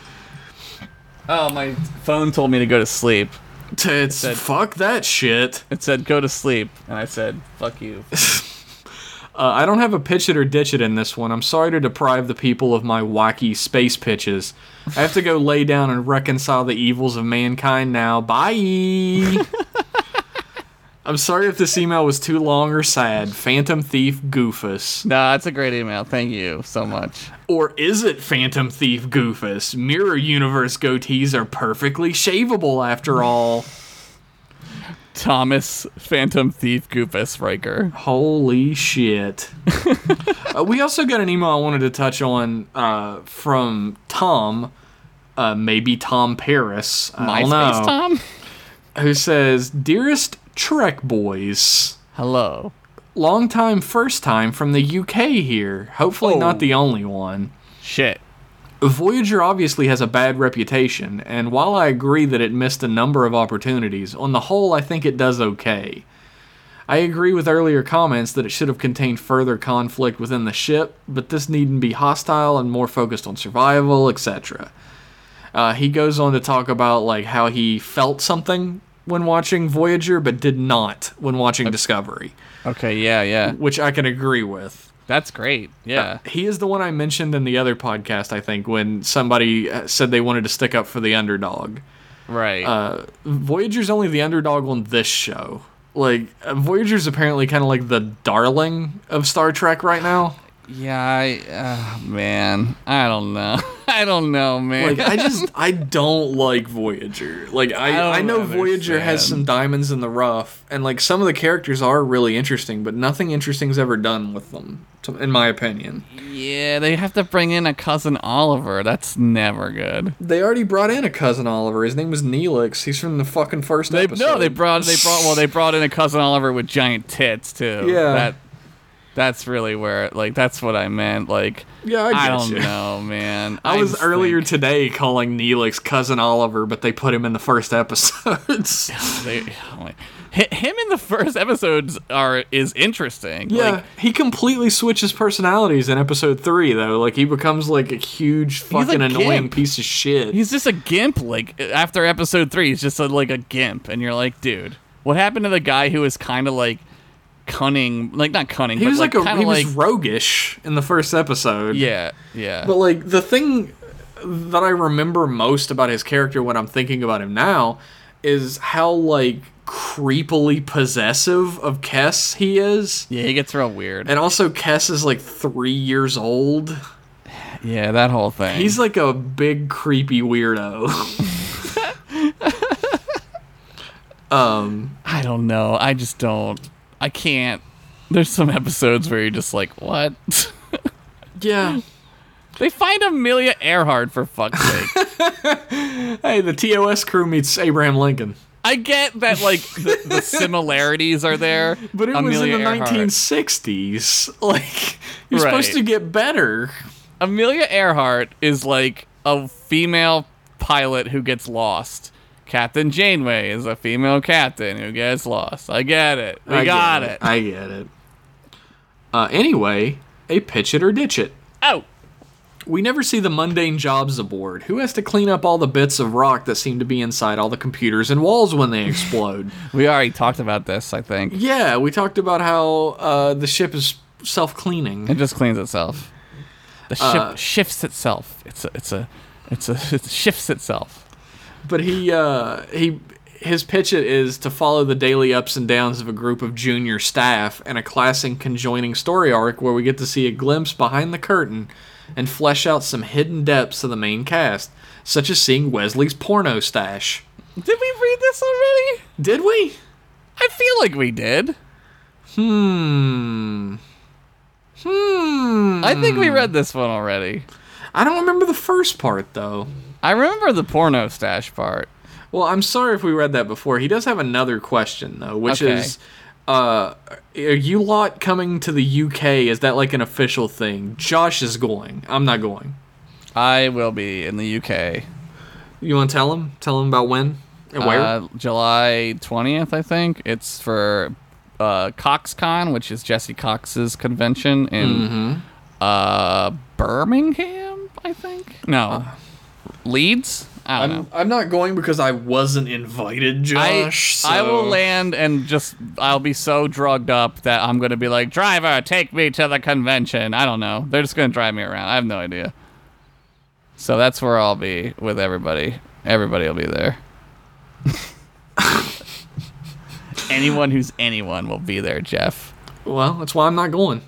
Oh, my phone told me to go to sleep.
T- It's
said-
fuck that shit.
It said go to sleep, and I said fuck <laughs> you.
Uh, I don't have a pitch it or ditch it in this one. I'm sorry to deprive the people of my wacky space pitches. I have to go lay down and reconcile the evils of mankind now. Bye. I'm sorry if this email was too long or sad. Phantom Thief Goofus.
No, that's a great email. Thank you so much.
Or is it Phantom Thief Goofus? Mirror Universe goatees are perfectly shavable after all.
Thomas Phantom Thief Goofus Riker.
Holy shit.
<laughs>
Uh, we also got an email I wanted to touch on uh, from Tom, uh, maybe Tom Paris, I don't know,
Tom?
who says, Dearest Trek Boys,
Hello.
long time, first time from the UK here. Hopefully,
Oh.
not the only one.
Shit.
Voyager obviously has a bad reputation, and while I agree that it missed a number of opportunities, on the whole, I think it does okay. I agree with earlier comments that it should have contained further conflict within the ship, but this needn't be hostile and more focused on survival, etc. Uh, he goes on to talk about like how he felt something when watching Voyager, but did not when watching Discovery,
Okay, yeah, yeah.
which I can agree with.
That's great. Yeah.
He is the one I mentioned in the other podcast, I think, when somebody uh, said they wanted to stick up for the underdog.
Right.
Uh, Voyager's only the underdog on this show. Like, uh, Voyager's apparently kind of like the darling of Star Trek right now.
yeah, I, uh, man. I don't know. <laughs> I don't know, man.
Like, I just, I don't like Voyager. Like,
I
I,
don't
I, know Voyager has
understand.
some diamonds in the rough, and like some of the characters are really interesting, but nothing interesting's ever done with them, to- in my opinion.
yeah, they have to bring in a cousin Oliver. That's never good.
They already brought in a cousin Oliver. His name was Neelix. He's from the fucking first
They,
episode.
no, they brought they brought well they brought in a cousin Oliver with giant tits too.
Yeah.
That that's really where like that's what I meant. Like
Yeah, I,
I
get
don't
you.
know, man.
<laughs> I was
just
earlier <laughs>
think
today calling Neelix cousin Oliver, but they put him in the first episodes. <laughs>
they- I'm like, hi- him in the first episodes are is interesting.
yeah,
like,
he completely switches personalities in episode three, though. Like he becomes like a huge
like
fucking annoying
Gimp.
piece of shit.
he's just a gimp. Like after episode three, he's just a, like a gimp, and you're like, dude, what happened to the guy who was kind of like cunning, like not cunning,
he
but
was
like,
like, a
kind
he
of like
was roguish in the first episode.
yeah, yeah.
But like the thing that I remember most about his character when I'm thinking about him now is how like creepily possessive of Kess he is.
yeah, he gets real weird.
And also Kess is like 3 years old.
yeah, that whole thing.
He's like a big creepy weirdo. <laughs> um
I don't know. I just don't. I can't. There's some episodes where you're just like, what? <laughs>
yeah.
they find Amelia Earhart for fuck's
<laughs>
sake.
Hey, the TOS crew meets Abraham Lincoln.
I get that like the,
<laughs>
the similarities are there,
But it
Amelia
was in the
Earhart.
1960s. <laughs> Like you're
Right.
supposed to get better.
Amelia Earhart is like a female pilot who gets lost. Captain Janeway is a female captain who gets lost. I get it. We
I
got
get
it.
I get it. Uh, anyway, a pitch it or ditch it.
Oh,
We never see the mundane jobs aboard. Who has to clean up all the bits of rock that seem to be inside all the computers and walls when they
<laughs>
explode?
We already talked about this, I think.
yeah, we talked about how uh, the ship is self cleaning.
It just cleans itself. The ship
Uh,
shifts itself. It's a, it's a, it's a, <laughs> it shifts itself.
But he uh, he his pitch it is to follow the daily ups and downs of a group of junior staff and a classic conjoining story arc where we get to see a glimpse behind the curtain and flesh out some hidden depths of the main cast, such as seeing Wesley's porno stash.
Did we read this already?
Did we?
I feel like we did.
Hmm. Hmm.
I think we read this one already.
I don't remember the first part though.
I remember the porno stash part.
Well, I'm sorry if we read that before. He does have another question though, which
Okay.
is uh are you lot coming to the UK? Is that like an official thing? Josh is going. I'm not going.
I will be in the UK.
You want to tell him? Tell him about when and where?
Uh, July 20th, I think. It's for uh, CoxCon, which is Jesse Cox's convention in
Mm-hmm.
uh, Birmingham, I think. No. Leeds? I don't
Uh, I'm,
know.
I'm not going because I wasn't invited,
I,
Josh.
I will
so-
land and just I'll be so drugged up that I'm gonna be like driver take me to the convention I don't know they're just gonna drive me around I have no idea so that's where I'll be with everybody everybody will be
<laughs>
there anyone who's anyone will be there Jeff
Well, that's why I'm not
<laughs>
going.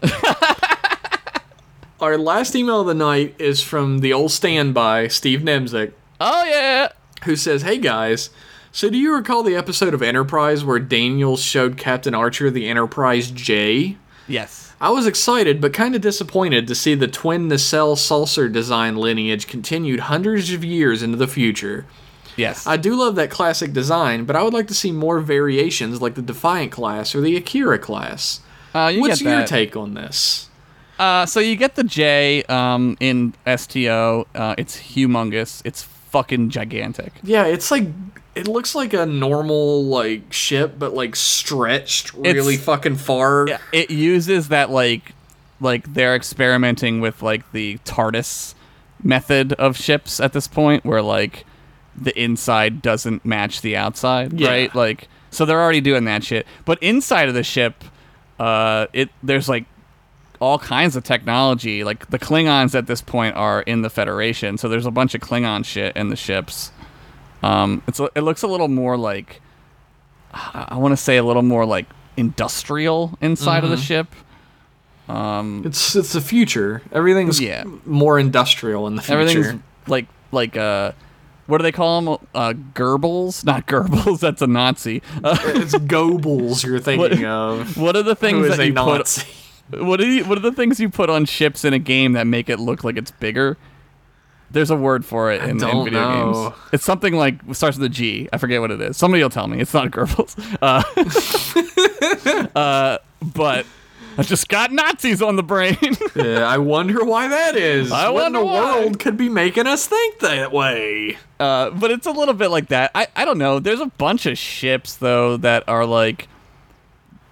Our last email of the night is from the old standby, Steve Nemzik,
oh yeah
who says, Hey guys, so do you recall the episode of Enterprise where Daniel showed Captain Archer the Enterprise J?
yes
I was excited but kind of disappointed to see the twin nacelle saucer design lineage continued hundreds of years into the future.
yes
I do love that classic design, but I would like to see more variations like the Defiant class or the Akira class.
uh, you
What's
get
your
that.
take on this?
Uh, so you get the J um, in STO uh, it's humongous it's fucking gigantic
Yeah, it's like it looks like a normal like ship, but like stretched really fucking far.
Yeah, it uses that like like they're experimenting with like the TARDIS method of ships at this point where like the inside doesn't match the outside,
Yeah.
right? Like so they're already doing that shit. But inside of the ship, uh it there's like all kinds of technology. Like the Klingons at this point are in the Federation, so there's a bunch of Klingon shit in the ships. Um, it's a- it looks a little more like I, I want to say a little more like industrial inside of the
Mm-hmm.
ship.
It's it's the future. Everything's
Yeah.
more industrial in the future.
Everything's like like uh, what do they call them? Uh, Goebbels, not Goebbels. <laughs> That's a Nazi. Uh,
<laughs>
<laughs>
it's Goebbels you're thinking of.
what are
Who
the <laughs> things
is
that
a
you <laughs>
Nazi?
put? What are you, what are the things you put on ships in a game that make it look like it's bigger? There's a word for it in, in
don't
video
know.
games. It's something like starts with a G. I forget what it is. Somebody will tell me. It's not Goebbels. Uh,
<laughs>
uh, <laughs> but I just got Nazis on the brain.
yeah, I wonder why that is.
I
what in the
wonder why.
world could be making us think that way?
Uh, but it's a little bit like that. I, I don't know. There's a bunch of ships though that are like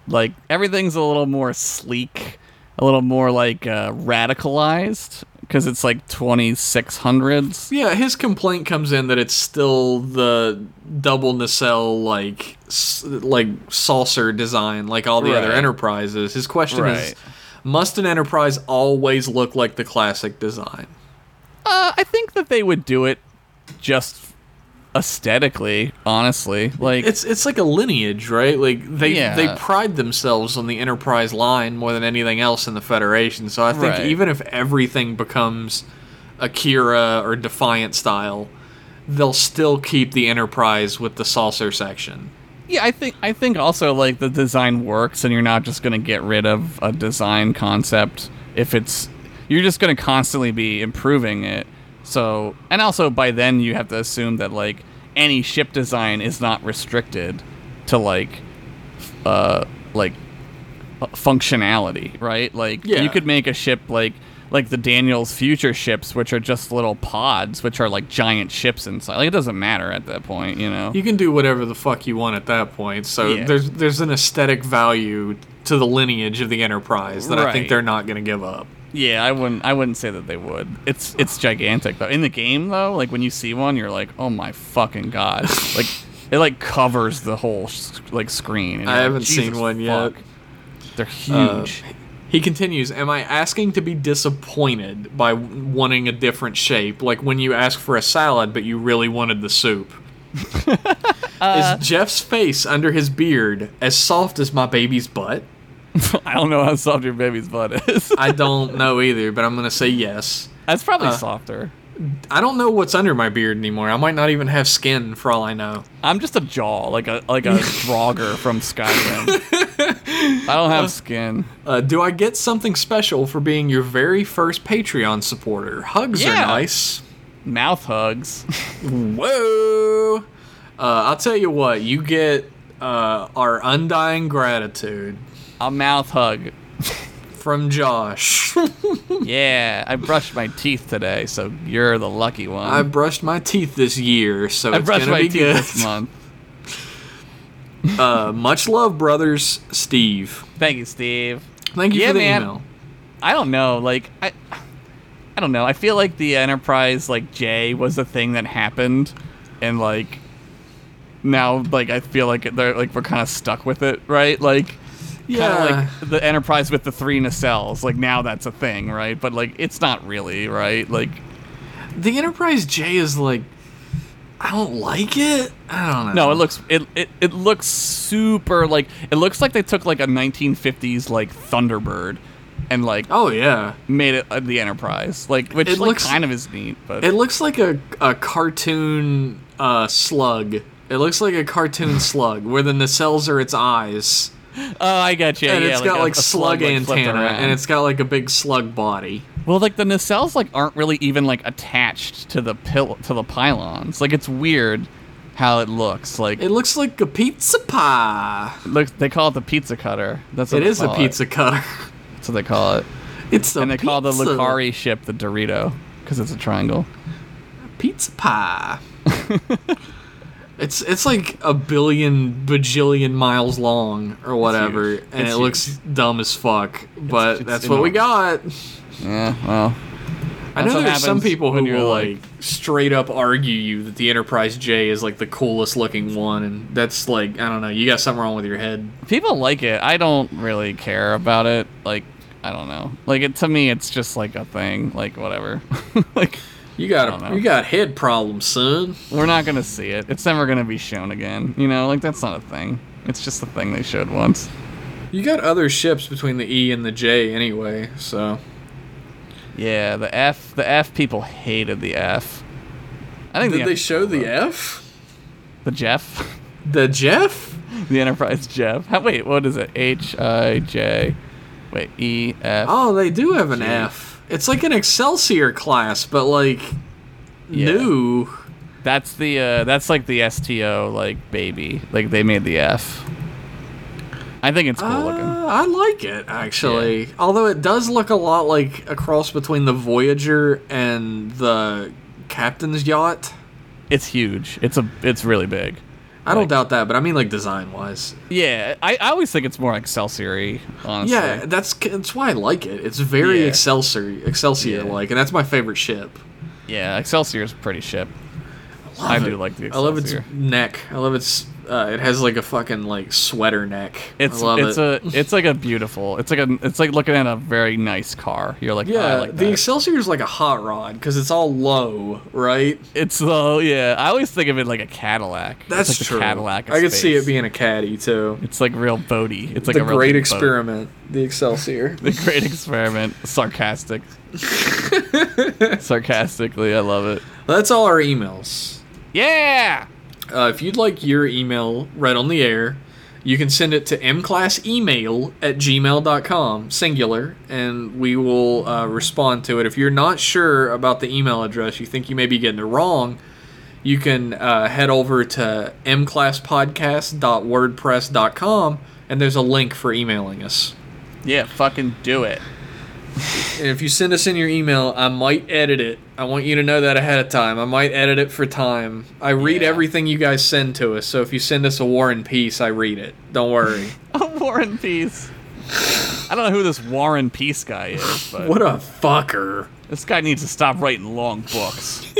like everything's a little more sleek, a little more like uh, radicalized because it's like 2600s.
Yeah, his complaint comes in that it's still the double nacelle like s- like saucer design like all the other
Right.
enterprises. His question is
Right.
must an enterprise always look like the classic design?
Uh, I think that they would do it just aesthetically, honestly. Like
It's it's like a lineage, right? Like they
Yeah.
they pride themselves on the enterprise line more than anything else in the federation. So I think
Right.
even if everything becomes Akira or Defiant style, they'll still keep the enterprise with the saucer section.
Yeah, I think I think also like the design works, and you're not just gonna get rid of a design concept if it's you're just gonna constantly be improving it. So, and also by then you have to assume that like any ship design is not restricted to like uh like uh, functionality, right? Like
Yeah.
you could make a ship like like the Daniel's future ships, which are just little pods, which are like giant ships inside. Like it doesn't matter at that point, you know.
You can do whatever the fuck you want at that point. So
Yeah.
there's there's an aesthetic value to the lineage of the Enterprise that I think
Right.
they're not going to give up.
Yeah, I wouldn't. I wouldn't say that they would. It's it's gigantic though. In the game though, like when you see one, you're like, oh my fucking god! <laughs> like it like covers the whole s- like screen. and
I
you're like,
haven't seen
"Jesus
one yet."
fuck." They're
Uh,
huge. <laughs>
he continues, Am I asking to be disappointed by w- wanting a different shape? Like when you ask for a salad, but you really wanted the soup. Is Jeff's face under his beard as soft as my baby's butt?
I don't know how soft your baby's butt is.
I uh. don't know either, but I'm going to say yes.
<laughs> That's probably softer.
I don't know what's under my beard anymore. I might not even have skin for all I know.
I'm just a jaw, like a like a Draugr from Skyrim. I don't have skin.
Uh, do I get something special for being your very first Patreon supporter? Hugs
Yeah.
are nice.
Mouth hugs.
Whoa! Uh, I'll tell you what, you get uh, our undying gratitude
a mouth hug.
from
<laughs>
Josh.
Yeah, I brushed my teeth today, so you're the lucky one.
I brushed my teeth this year, so
I
it's
brushed
gonna
my
be
teeth
good.
this month.
Uh, much love, brothers. Steve,
<laughs> Thank you, Steve.
thank you
Yeah,
for the
man.
email.
I don't know, like I, I don't know. I feel like the Enterprise, like J, was a thing that happened, and like now, like I feel like they're like we're kind of stuck with it, right? Like.
Yeah.
Kind of like the Enterprise with the three nacelles. Like now that's a thing, right? But like it's not really, right? Like
The Enterprise J is like, I don't like it. I don't know.
No, it looks it, it it looks super like it looks like they took like a 1950s like Thunderbird and like
Oh yeah,
made it uh, the Enterprise. Like which
It
like
looks-
kind of is neat, but
it looks like a a cartoon uh, slug. It looks like a cartoon <laughs> slug where the nacelles are its eyes.
oh, I got you.
and
yeah,
it's got
a-
like
a
slug,
like, flipped
antenna
around.
and it's got like a big slug body
well, like the nacelles like aren't really even like attached to the pill to the pylons. Like it's weird how it looks. Like
it
it
looks like a pizza pie
looks. They call it the pizza cutter. That's what
it
they
is a
call
pizza cutter <laughs>
That's what they call it.
it's a
and they
pizza,
call the Lucari ship the Dorito because it's a triangle.
pizza
<laughs>
pie it's it's like a billion bajillion miles long or whatever
huge.
and
It's
it looks dumb as fuck but
it's
that's what we got
Yeah. Well.
i know
what
there's some
happens
people who
when you're,
will like
like-
straight up argue you that the enterprise j is like the coolest looking one and that's like i don't know you got something wrong with your head
people like it. I don't really care about it. Like, I don't know. Like, it, to me, it's just like a thing. Like, whatever. <laughs> like,
You
don't
got
know.
a, you got head problems, son.
we're not gonna see it. It's never gonna be shown again. You know, like that's not a thing. It's just a thing they showed once.
You got other ships between the E and the J anyway, so
Yeah, the F. The F. People hated the F. I think
did
the
they
F-
show the F?
the Jeff, <laughs>
The Jeff?
the Enterprise Jeff. How, wait, what is it? H I J. Wait, E F.
Oh, they do have an
J.
F. It's like an Excelsior class, but like
Yeah.
new.
That's the uh, that's like the STO like baby. Like they made the F. I think it's cool looking.
Uh, I like it actually. Although it does look a lot like a cross between the Voyager and the captain's yacht.
It's huge. It's a it's really big.
I don't
Like-
doubt that, but I mean like design wise.
Yeah, I, I always think it's more Excelsior honestly.
Yeah, that's that's why I like it. It's very
Yeah.
Excelsior, Excelsior like, and that's my favorite ship.
Yeah, Excelsior's a pretty ship.
Love
I
it.
do like the
I love its
Excelsior.
neck. I love its. Uh, it has like a fucking like sweater neck.
It's
I love
it's
it.
a it's like a beautiful. It's like a it's like looking at a very nice car. You're like, yeah,
yeah,
I like
the
that.
Excelsior is like a hot rod because it's all low, right?
it's the yeah. I always think of it like a Cadillac.
That's
it's like
true.
The Cadillac. of
I could see
space.
it being a caddy too.
It's like real boaty. It's like
the
a real
great
big boat.
experiment, the Excelsior.
<laughs> The great experiment. Sarcastic. Sarcastically, I love it.
<laughs> That's all our emails.
Yeah!
Uh, if you'd like your email read on the air, you can send it to mclassemail at gmail.com, singular, and we will uh, respond to it. If you're not sure about the email address, you think you may be getting it wrong, you can uh, head over to mclasspodcast.wordpress.com, and there's a link for emailing us.
Yeah, fucking do it. <laughs>
And if you send us in your email, I might edit it. I want you to know that ahead of time. I might edit it for time. I read
Yeah.
everything you guys send to us, so if you send us a War and Peace, I read it. Don't worry.
War and Peace. I don't know who this Warren Peace guy is,
<laughs>
but
What a fucker.
this guy needs to stop writing long books.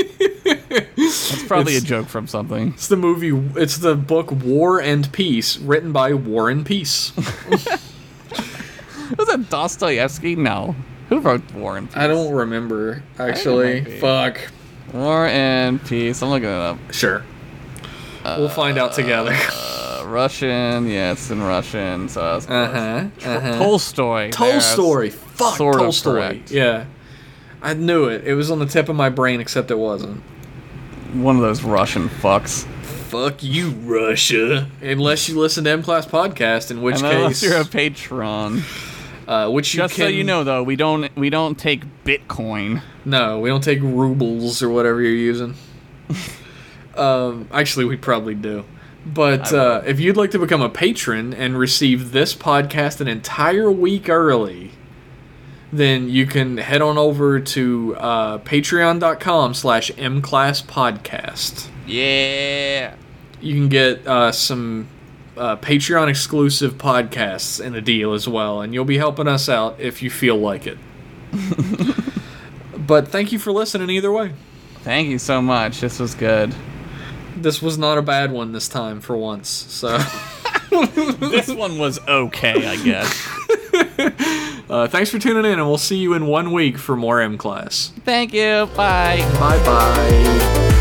That's probably a joke from something.
It's the movie. It's the book War and Peace, written by War and Peace.
Was that Dostoevsky? No. Who wrote War and Peace?
<laughs> I don't remember
might
actually.
be.
Fuck.
War and Peace. I'm looking it up.
Sure. we'll find out together.
Uh, Russian. Yeah, it's in Russian. So I was
Uh huh. <laughs> Uh-huh.
Tolstoy.
Tolstoy.
There's-
Fuck
sort of
Tolstoy.
correct.
Yeah. I knew it. It was on the tip of my brain, except it wasn't.
One of those Russian fucks.
Fuck you, Russia. Unless you listen to M Class Podcast, in which case,
Unless <laughs> you're a patron.
uh, which you
Just
can,
so you know, though, we don't we don't take Bitcoin.
No, we don't take rubles or whatever you're
<laughs>
using. um, actually, we probably do. But uh, if you'd like to become a patron and receive this podcast an entire week early, then you can head on over to uh, patreon.com slash mclasspodcast.
Yeah.
You can get uh, some uh, Patreon exclusive podcasts in the deal as well, and you'll be helping us out if you feel like it. but thank you for listening either way.
Thank you so much. This was good.
This was not a bad one this time for once. So
this one was okay, I <laughs> guess.
uh, thanks for tuning in, and we'll see you in one week for more M Class.
Thank you. Bye.
Bye bye.